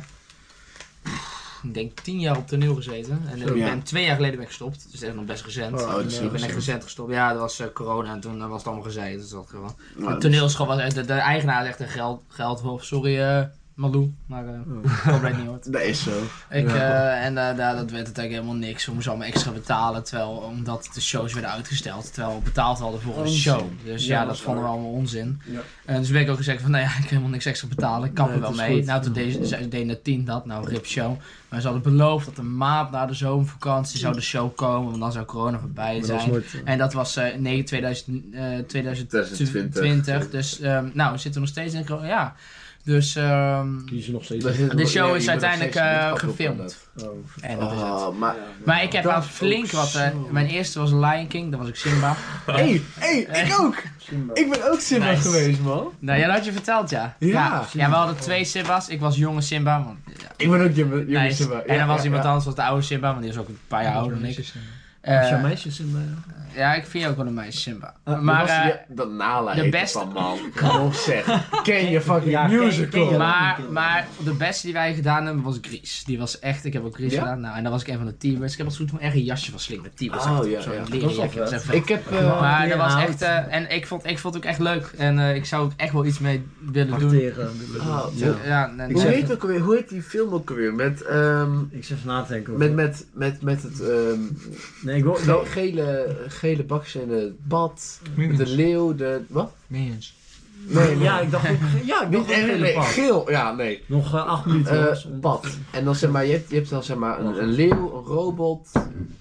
Ik denk tien jaar op toneel gezeten. En Zo, ik ja. ben twee jaar geleden ben ik gestopt. Dus echt nog best recent. Oh, dat is ik heel ben echt recent. recent gestopt. Ja, dat was eh, corona en toen eh, was het allemaal gezegd. Dus dat gewoon. Maar de toneelschool was echt... De, de eigenaar is echt een geld, geldwolf. Sorry, eh Malou. Maar eh Oh. (laughs) ik hoop dat je het niet hoort. dus, Dat is zo. Ik, eh, en eh, nou, dat werd het eigenlijk helemaal niks. We moesten allemaal extra betalen, terwijl, omdat de shows werden uitgesteld. Terwijl we betaald hadden voor een Onzin. show. Dus ja, Ja, dat dat is vonden we waar. allemaal onzin. Ja. En dus ben ik ook gezegd van, nou ja, (laughs) ik heb helemaal niks extra betalen. Ik kan Nee, er het wel is mee. goed. Nou, toen Ja. deden ze- deden de tien dat, nou, rip show. Maar ze hadden beloofd dat een maand na de zomervakantie zou de show komen. Want dan zou corona voorbij Maar dat is zijn. nooit... En dat was eh, 9 2000, eh, 2020. 2020. Dus ehm, nou, we zitten nog steeds in... corona. Ja, dus... ehm, Kiezen nog steeds... de show is uiteindelijk eh, eh, gefilmd. Oh. En dat is het. Oh, maar... Maar ik heb Dat wel is flink ook wat. eh, zo. mijn eerste was Lion King, dat was ik Simba. hey, hey, ik ook! Ik ben ook Simba Nice. geweest, man. Nou, ja, dat had je verteld, ja. Ja. Ja, we hadden twee Simba's. Ik was jonge Simba. Want, ja, Ik ben ook jonge, jonge nice. Simba. en Ja, dan was ja, iemand ja. anders, was de oude Simba, want die was ook een paar jaar ouder dan ik. Eh, Is jouw meisje Simba? ja, ik vind je ook wel een meisje Simba. dat maar Ah, Dat was eh, die- dat Nala de heet beste- van man. Kom op (laughs) zeg. Ken je fucking Ja, ken- ken musical? je- maar, maar de beste die wij gedaan hebben was Grease. Die was echt, ik heb ook Grease Ja? gedaan. Nou, en dan was ik een van de T-Birds. Ik heb als het goed toen echt een jasje van Slim met T-Birds. Oh, achter, ja, Zo'n ja. leren Dat is wel jakje. Dat is echt Ik heb... eh, Maar dat was Ja, echt, eh, en ik vond, ik vond het ook echt leuk. En eh, ik zou ook echt wel iets mee willen doen. eh, oh, Ja. Ja, nee, Hoe nee. heet, ook alweer, hoe heet die film ook alweer? Met, ehm, Ik zit na te denken. met, Oh. met, met, met het ehm, Nee, ik wil... ge- gele, gele bakjes in het bad. Met de Minions. leeuw, de... Wat? Minions. Nee, nee. Ja, ik dacht ook... Ja, ik Niet dacht ook echt, nee, hele pad. geel. Ja, nee. Nog eh, acht minuten. Eh, jongens, om- pad. En dan zeg maar, je hebt, je hebt dan zeg maar een, een leeuw, een robot,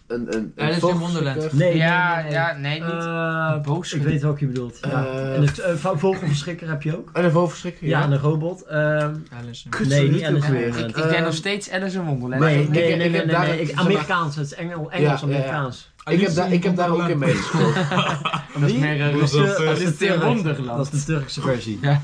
een, een, een Alice in vogelverschrikker. Wonderland. Nee, ja, nee, nee. ja, nee, niet. Eh, ik weet welke je bedoelt. ja. Eh, En het eh, vo- vogelverschrikker heb je ook. En een vogelverschrikker, Ja, ja. en een robot. Ehm, Alice in Kut, nee, zo niet heet het Alice in ook weer. Wonderland. ik ken eh, nog steeds Alice in Wonderland. Nee, nee, ik- nee, ik nee, heb nee, daar- nee, ik- zeg maar- Amerikaans, het is Engel, Ja, Engels, ja, ja. Amerikaans. Ik heb, daar- ik heb daar ook in mee. Dat is Wie? meer eh, Hoe is Russen- dat, eh, Alice in Turk. Wonderland. Dat is de Turkse versie. Ja.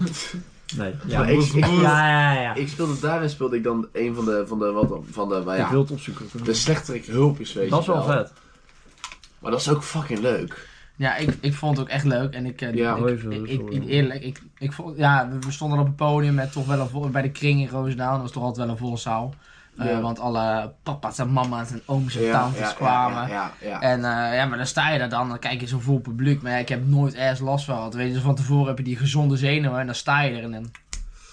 Nee. Maar Ja, ik, ik- ja, ja, ja. ja. ik speelde daarin speelde ik dan een van de, van de, wat dan, van de, maar Ik ja, wil het opzoeken. de slechterik hulpjes, weet Dat is je wel vet. Maar dat is ook fucking leuk. Ja, ik, ik vond het ook echt leuk. En ik, eh, Ja, ik, hoor even, ik, sorry. ik- eerlijk, ik, ik vond, ja, we- we stonden op een podium met toch wel een vol- bij de kring in Roosendaal. Dat was toch altijd wel een volle zaal. Eh, Ja. Want alle papa's en mama's en ooms en Ja, tantes ja, ja, kwamen. Ja, ja, ja. En eh, ja, maar dan sta je daar dan, dan kijk je zo'n vol publiek. Maar ja, ik heb nooit ergens last van gehad. Weet je, dus van tevoren heb je die gezonde zenuwen en dan sta je er en dan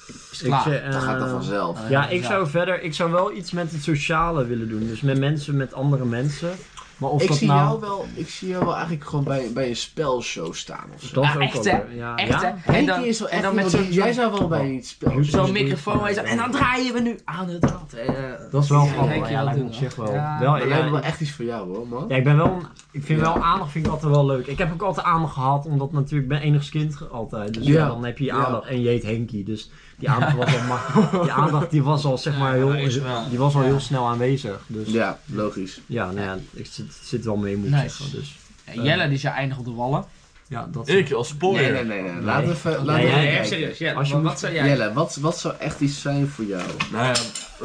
is het klaar. zeg, Dat gaat dan eh, vanzelf. Ja, ik zou verder, ik zou wel iets met het sociale willen doen. Dus met mensen, met andere mensen. Maar of Ik dat zie, nou... jou wel, ik zie jou wel eigenlijk gewoon bij, bij een spelshow staan of zo. Dat Ja, ook echt, wel hè? weer. Ja, Echt, ja. hè? En dan, is wel en echt dan met iemand zo'n die- jij zou wel bij een spelshow zo'n microfoon en zo, En dan draaien we nu aan het rad. eh, Dat is wel Ja, grappig. denk je Ja, wel lijkt me doen, op zich wel. Ja. wel Dat ja, lijkt me wel echt iets voor jou hoor, man. ja, ik ben wel... een- Ik vind Ja. wel aandacht vind ik altijd wel leuk. Ik heb ook altijd aandacht gehad, omdat natuurlijk ik ben enigszins kind ge- altijd. Dus ja, Ja. dan heb je Ja. aandacht. En je heet Henkie, dus die aandacht was (laughs) al... ma- Die aandacht die was al, zeg maar, heel, Ja, is wel. die was al heel snel aanwezig. Dus ja, Ja, logisch. nou ja, ik zit, zit wel mee, moet ik Nice. zeggen. Dus ja, Jelle die zou eindigen op de wallen. ja, dat... Ik als spoiler. Nee, nee, nee. nee. Laat Nee. even. Laat Nee, even jij- kijken. Jelle. Als je wat- moet- wat zou jij Jelle, wat, wat zou echt iets zijn voor jou? Nou ja,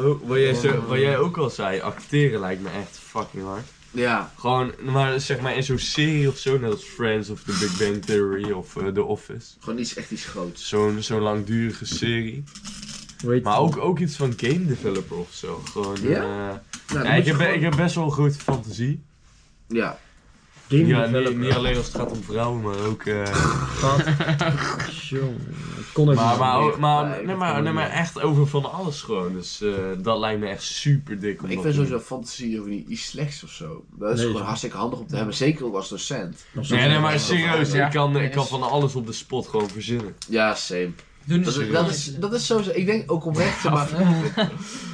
oh, wat jij, zo- wat jij ook al zei, acteren lijkt me echt fucking hard. Ja, Gewoon, maar zeg maar in zo'n serie of zo, net als Friends of The Big Bang Theory of eh, The Office. gewoon iets echt iets groots. Zo'n zo'n langdurige serie. Hoe heet Maar het? ook, ook iets van game developer of zo. Gewoon, Ja? eh, Nou, dan ja, ik, moet je heb, gewoon- ik heb best wel een grote fantasie. Ja, Game Ja, niet, developer. niet alleen als het gaat om vrouwen, maar ook... eh, (laughs) Jongen, dat kon ik Maar, niet. maar, Nee, ook- maar, nee, nee, dat maar, kan nee, niet. maar echt over van alles gewoon. Dus eh, dat lijkt me echt super dik. om ik dat vind te doen. sowieso fantasie ook niet iets slechts of zo. Dat is Nee, gewoon zo. hartstikke handig om te hebben, zeker ook als docent. Nee, nee, maar serieus, Ja. ik, kan, ik kan van alles op de spot gewoon verzinnen. Ja, same. Doen Dat ze- is, dat is, dat is sowieso, ik denk ook oprecht, zeg maar,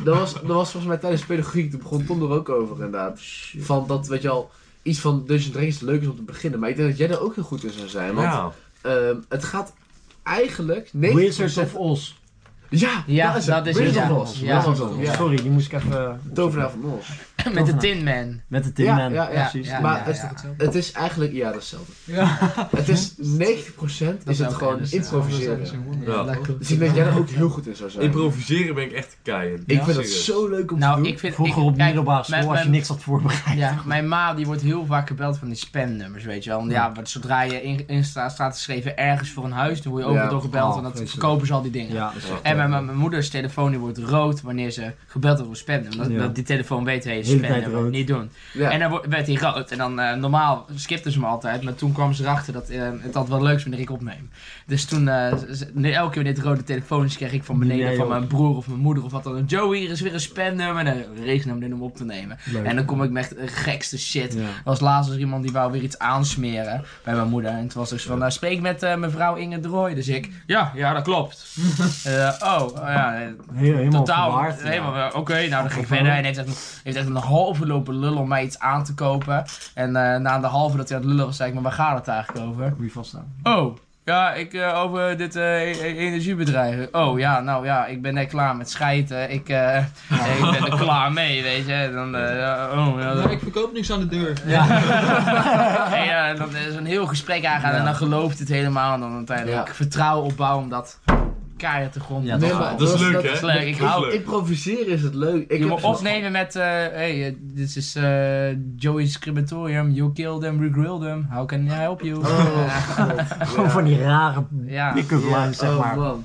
dat was, dat was volgens mij tijdens pedagogiek, toen begon Tom er ook over inderdaad. Van dat, weet je al, iets van Dungeons and Dragons leuk is om te beginnen, maar ik denk dat jij daar ook heel goed in zou zijn, want Ja. ehm, het gaat eigenlijk... 90% Wizards of Oz. Ja, Ja, het. dat is het, Wizard ja. of Oz. Ja. Dat was het, ja. Sorry, die moest ik even... Tovenaar van Oz. (laughs) met de Tin Man? Met de Tin Ja, Man. ja, ja. precies. Ja, maar ja, het, ja. het is eigenlijk, ja, dat is hetzelfde. Het is 90% is het gewoon improviseren. Ja. Dus ik denk dat jij daar ook heel goed in zou zijn. Improviseren ben ik echt keihard. ik vind het zo leuk om te Nou, doen. ik vind, Vroeger ik, op kijk, middelbare school, mijn- als je mijn- niks had voorbereid. Ja, mijn ma die wordt heel vaak gebeld van die spamnummers, weet je wel. Want ja, want zodra je in, in sta- staat geschreven ergens voor een huis, dan word je Ja. overal door gebeld Oh, en dat vreselijk. verkopen ze al die dingen. Ja, dat is echt... En mijn, mijn, mijn moeders telefoon die wordt rood wanneer ze gebeld wordt voor spamnummer. Dat, Ja. dat die telefoon weet, hé, hey, Hele tijd spamnummer, rood. niet doen. Ja. En dan wo- werd hij rood. En dan eh, normaal skipten ze me altijd. Maar toen kwamen ze erachter dat eh, het altijd wel leuk is wanneer ik opneem. Dus toen, eh, z- z- nee, elke keer wanneer het rode telefoons kreeg ik van beneden Nee, van joh. mijn broer of mijn moeder of wat dan ook. Joe, hier is weer een spamnummer. En dan regen hem in om op te nemen. Leuk. En dan kom ik met echt de gekste shit. Ja. Er was laatst was er iemand die wou weer iets aansmeren bij mijn moeder. En het was dus van, nou spreek met eh, mevrouw Inge Drooy. Dus ik, ja, ja, dat klopt. (laughs) Eh, oh, oh, ja, eh, Heel, helemaal totaal. verwaard. ja. helemaal, eh, Oké, nou dan ging ik verder. En heeft echt, een- heeft echt een halve lopen lullen om mij iets aan te kopen. En eh, na de halve dat hij aan het lullen was, zei ik, maar waar gaat het eigenlijk over? Moet je vaststaan. Oh, ja, ik eh, over dit eh, e- e- energiebedrijf. Oh ja, nou ja, ik ben net klaar met schijten. (laughs) Ik, eh, ik ben er klaar mee, weet je. Dan, eh, ja, oh, ja, dat- Nou, ik verkoop niks aan de deur. en (laughs) ja, dan is een heel gesprek aangaan en dan gelooft het helemaal. En dan uiteindelijk Ja. vertrouwen opbouwen om dat keihard te grond Ja, te Nee, gaan. maar Dat is leuk, Dat is hè? leuk, ik Dat is hou. leuk. Improviseren is het leuk. Ik Je heb dus moet opnemen met, eh hey, eh, dit is eh Joey's Crematorium, you kill them, regrill them, how can I help you? Oh, Gewoon van die rare (laughs) ja, pick-up lines, zeg Oh, maar. man.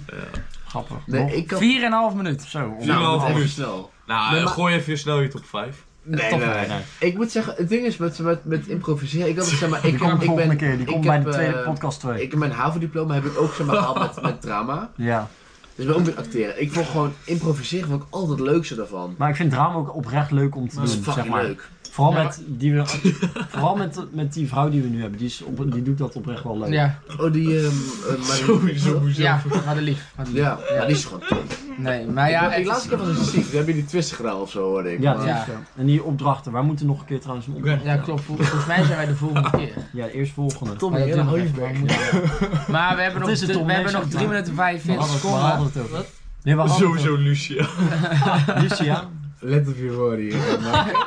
Grappig. Nee, Nog- ik kan... vier en een half minuut. Zo, om- Nou, Nou, half even uur. snel. Nou, Nee, eh, maar- gooi even snel je top (laughs) 5. Nee, Toch nee, wel, nee. nee. Ik moet zeggen, het ding is met, met, met improviseren. Ik had het zeg maar, (laughs) Die ik, komt kom, de ik volgende ben. keer. ik Die komt bij heb, de tweede eh, podcast 2. Ik, mijn HAVO-diploma heb ik ook zeg maar gehaald (laughs) met, met drama. ja. Dus ik ben ook met acteren. Ik vond gewoon improviseren vond ik altijd het leukste daarvan. Maar ik vind drama ook oprecht leuk om te Dat is doen, zeg fucking maar. leuk. Vooral, Ja, met, die we, vooral met, met die vrouw die we nu hebben. Die, is op, die doet dat oprecht wel leuk. Ja, Oh, die... ehm (laughs) eh, maar- ja, hadden lief. hadden lief. Ja, maar die is gewoon top. Nee, maar ja, ik, ik, echt- laatste keer was ik ziek. We hebben die twist gedaan of zo, hoorde ik. Ja, Maar- dat is zo. En die opdrachten. Waar moeten we nog een keer trouwens een opdracht? ja, klopt. Vol- Volgens mij zijn wij de volgende keer. Ja, eerst (laughs) volgende. Tommy, Maar dat en doen dan we hou je nog bek. even, maar we moeten- (laughs) Maar we hebben nog, is het drie- om we hebben mee, nog zeg 3 maar. minuten We hadden 45 het- we hadden seconden. het over. Wat? Nee, we hadden het (laughs) Sowieso Lucia. over. Lucia. Let op je woorden hier. maar-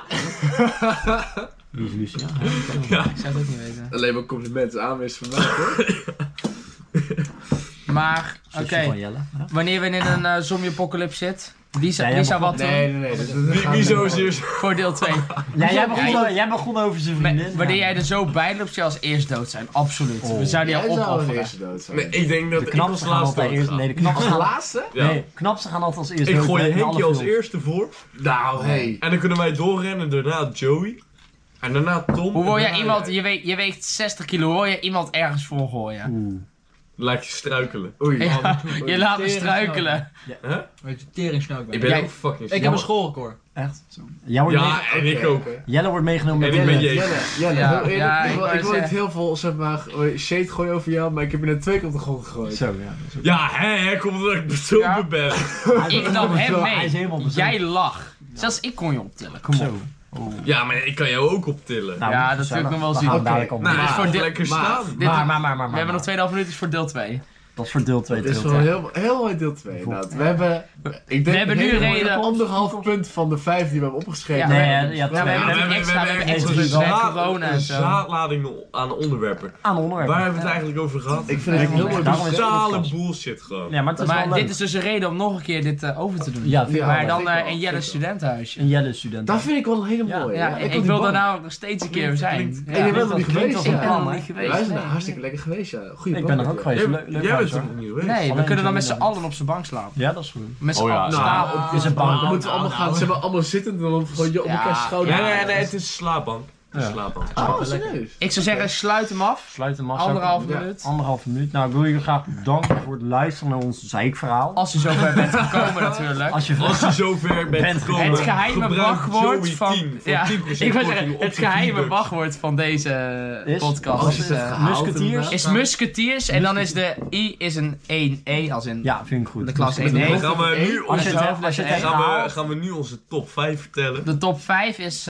Wie is Lucia? Ik zou het ook niet weten. (laughs) Alleen maar complimenten aan is van mij, hoor. Maar, oké. Zusje van Jelle. Ja. Wanneer we in een eh, zombie-apocalypse zit, wie zou, Ja, wie jij zou mag wat doen Nee, nee, nee. Dus, dat Wie, gaan wie we- zo zeer voor deel 2? Ja, jij begon, Jij- o- jij begon over zijn vriendin. Wanneer Ja. jij dus- er zo bij loopt, zou je als eerst dood zijn. Absoluut. Oh. We zouden Jij jou zou als opofferen. eerste dood zijn. Nee, ik denk dat De ik als knapste gaan laatste altijd eerst. doodga. Nee, de knapste De gaan, laatste? Ja. nee, de knapste gaan altijd als eerste. Ik dood, hè, gooi in alle Henkie als films. eerste voor. Nou, hey. En dan kunnen wij doorrennen. Daarna Joey. En daarna Tom. Hoe wil en jij daarna iemand, jij. je, weegt, je weegt 60 kilo, wil je iemand ergens voor gooien? Oeh. Laat je struikelen. Oei. Ja, (laughs) je laat me Tering struikelen. Weet je, tering snel Ik bent. ben Jij- ook fucking Ik heb een schoolrecord. Echt? Jij wordt meege- Ja, en ik ook. Jelle wordt meegenomen En met ik ben Jelle. je. Jelle, Jelle, Ja, heel eerlijk, ja, ik, ik wil, wou ik wil niet zeggen. heel veel zeg maar, shade gooien over jou, maar ik heb je net twee keer op de grond gegooid. Zo, ja. Ja, hè, hè, komt omdat ik bezopen Ja. ben. Ik nam hem Hij is mee. helemaal bezopen. Jij lag. Zelfs ik kon je optillen. Kom op. Zo. Ja, maar ik kan jou ook optillen. Nou, Ja, moet dat wil ik gezellig. nog wel We zien. gaan Oké. dadelijk op. nou, dit is voor kom dit- lekker maar- staan. Dit- maar, maar, maar, maar, We hebben nog 2,5 minuutjes voor deel 2. Dat is voor deel 2. Het is wel heel, heel mooi deel 2 inderdaad. We hebben, ik denk, hebben nu helemaal reden- anderhalf punt van de vijf die we hebben opgeschreven. Ja, Nee, we ja, hebben- ja, we hebben- twee. Ja, nog extra, we hebben echt extra een dus, hè, zaad- corona en een zo. zaadlading o- aan onderwerpen. aan onderwerpen. Waar hebben we het eigenlijk over gehad? Ik vind het heel mooi Daarom is het- Totale bullshit gewoon. Ja, maar het is wel Maar leuk. dit is dus een reden om nog een keer dit eh, over te doen. Ja, vind ik Ja, wel maar leuk. dan vind ik wel, eh, in vind Jelle ik wel. studentenhuisje. Een Jelle student. Dat vind ik wel een hele Ja, mooie. Ja, ik, vond die wil daar ballen. nou nog steeds een keer zijn. klinkt- Ja. En je bent er dat niet klinkt geweest, als een ja. Ik ben er plan, nog hè? niet geweest. Wij zijn nee. daar hartstikke lekker geweest, ja. Goeie ik plan, ben er ook ja. geweest. Jij- Leuk, leuk Jij bent huis, toch hoor. opnieuw geweest? Nee, we Alleen kunnen dan met z'n Johnny. allen op zijn bank slapen. Ja, dat is goed. Met z'n Oh ja. allen Nou, staan op- op. Is een bank. Dan moeten we allemaal gaan, ze hebben allemaal zitten en dan gewoon je op Ja. elkaar schouder. Oh, Nee, nee, nee, het is een slaapbank. Het is Ja. een slaapbank. Oh, serieus? Ik zou zeggen, sluit hem af. Sluit hem af. Anderhalf Ja. minuut. Anderhalf minuut. Nou, ik wil jullie graag bedanken voor het luisteren naar ons zeikverhaal. Als je zover bent gekomen natuurlijk. Als je Als je zover bent Bent gekomen, Het geheime gebruik wachtwoord Joey van- 10 voor ja, 10% Ik wil korting zeggen, op het zijn geheime feedback. wachtwoord van deze Is- podcast Als je is, het eh, gehaald musketeers? inderdaad. is Musketeers. En dan is de I is een 1E als in Ja, vind ik goed. de klas E. Dus- 1E. Gaan we nu Als je onze- het hebt, als je het gaan hebt. we- gaan we nu onze top 5 vertellen? De top 5 is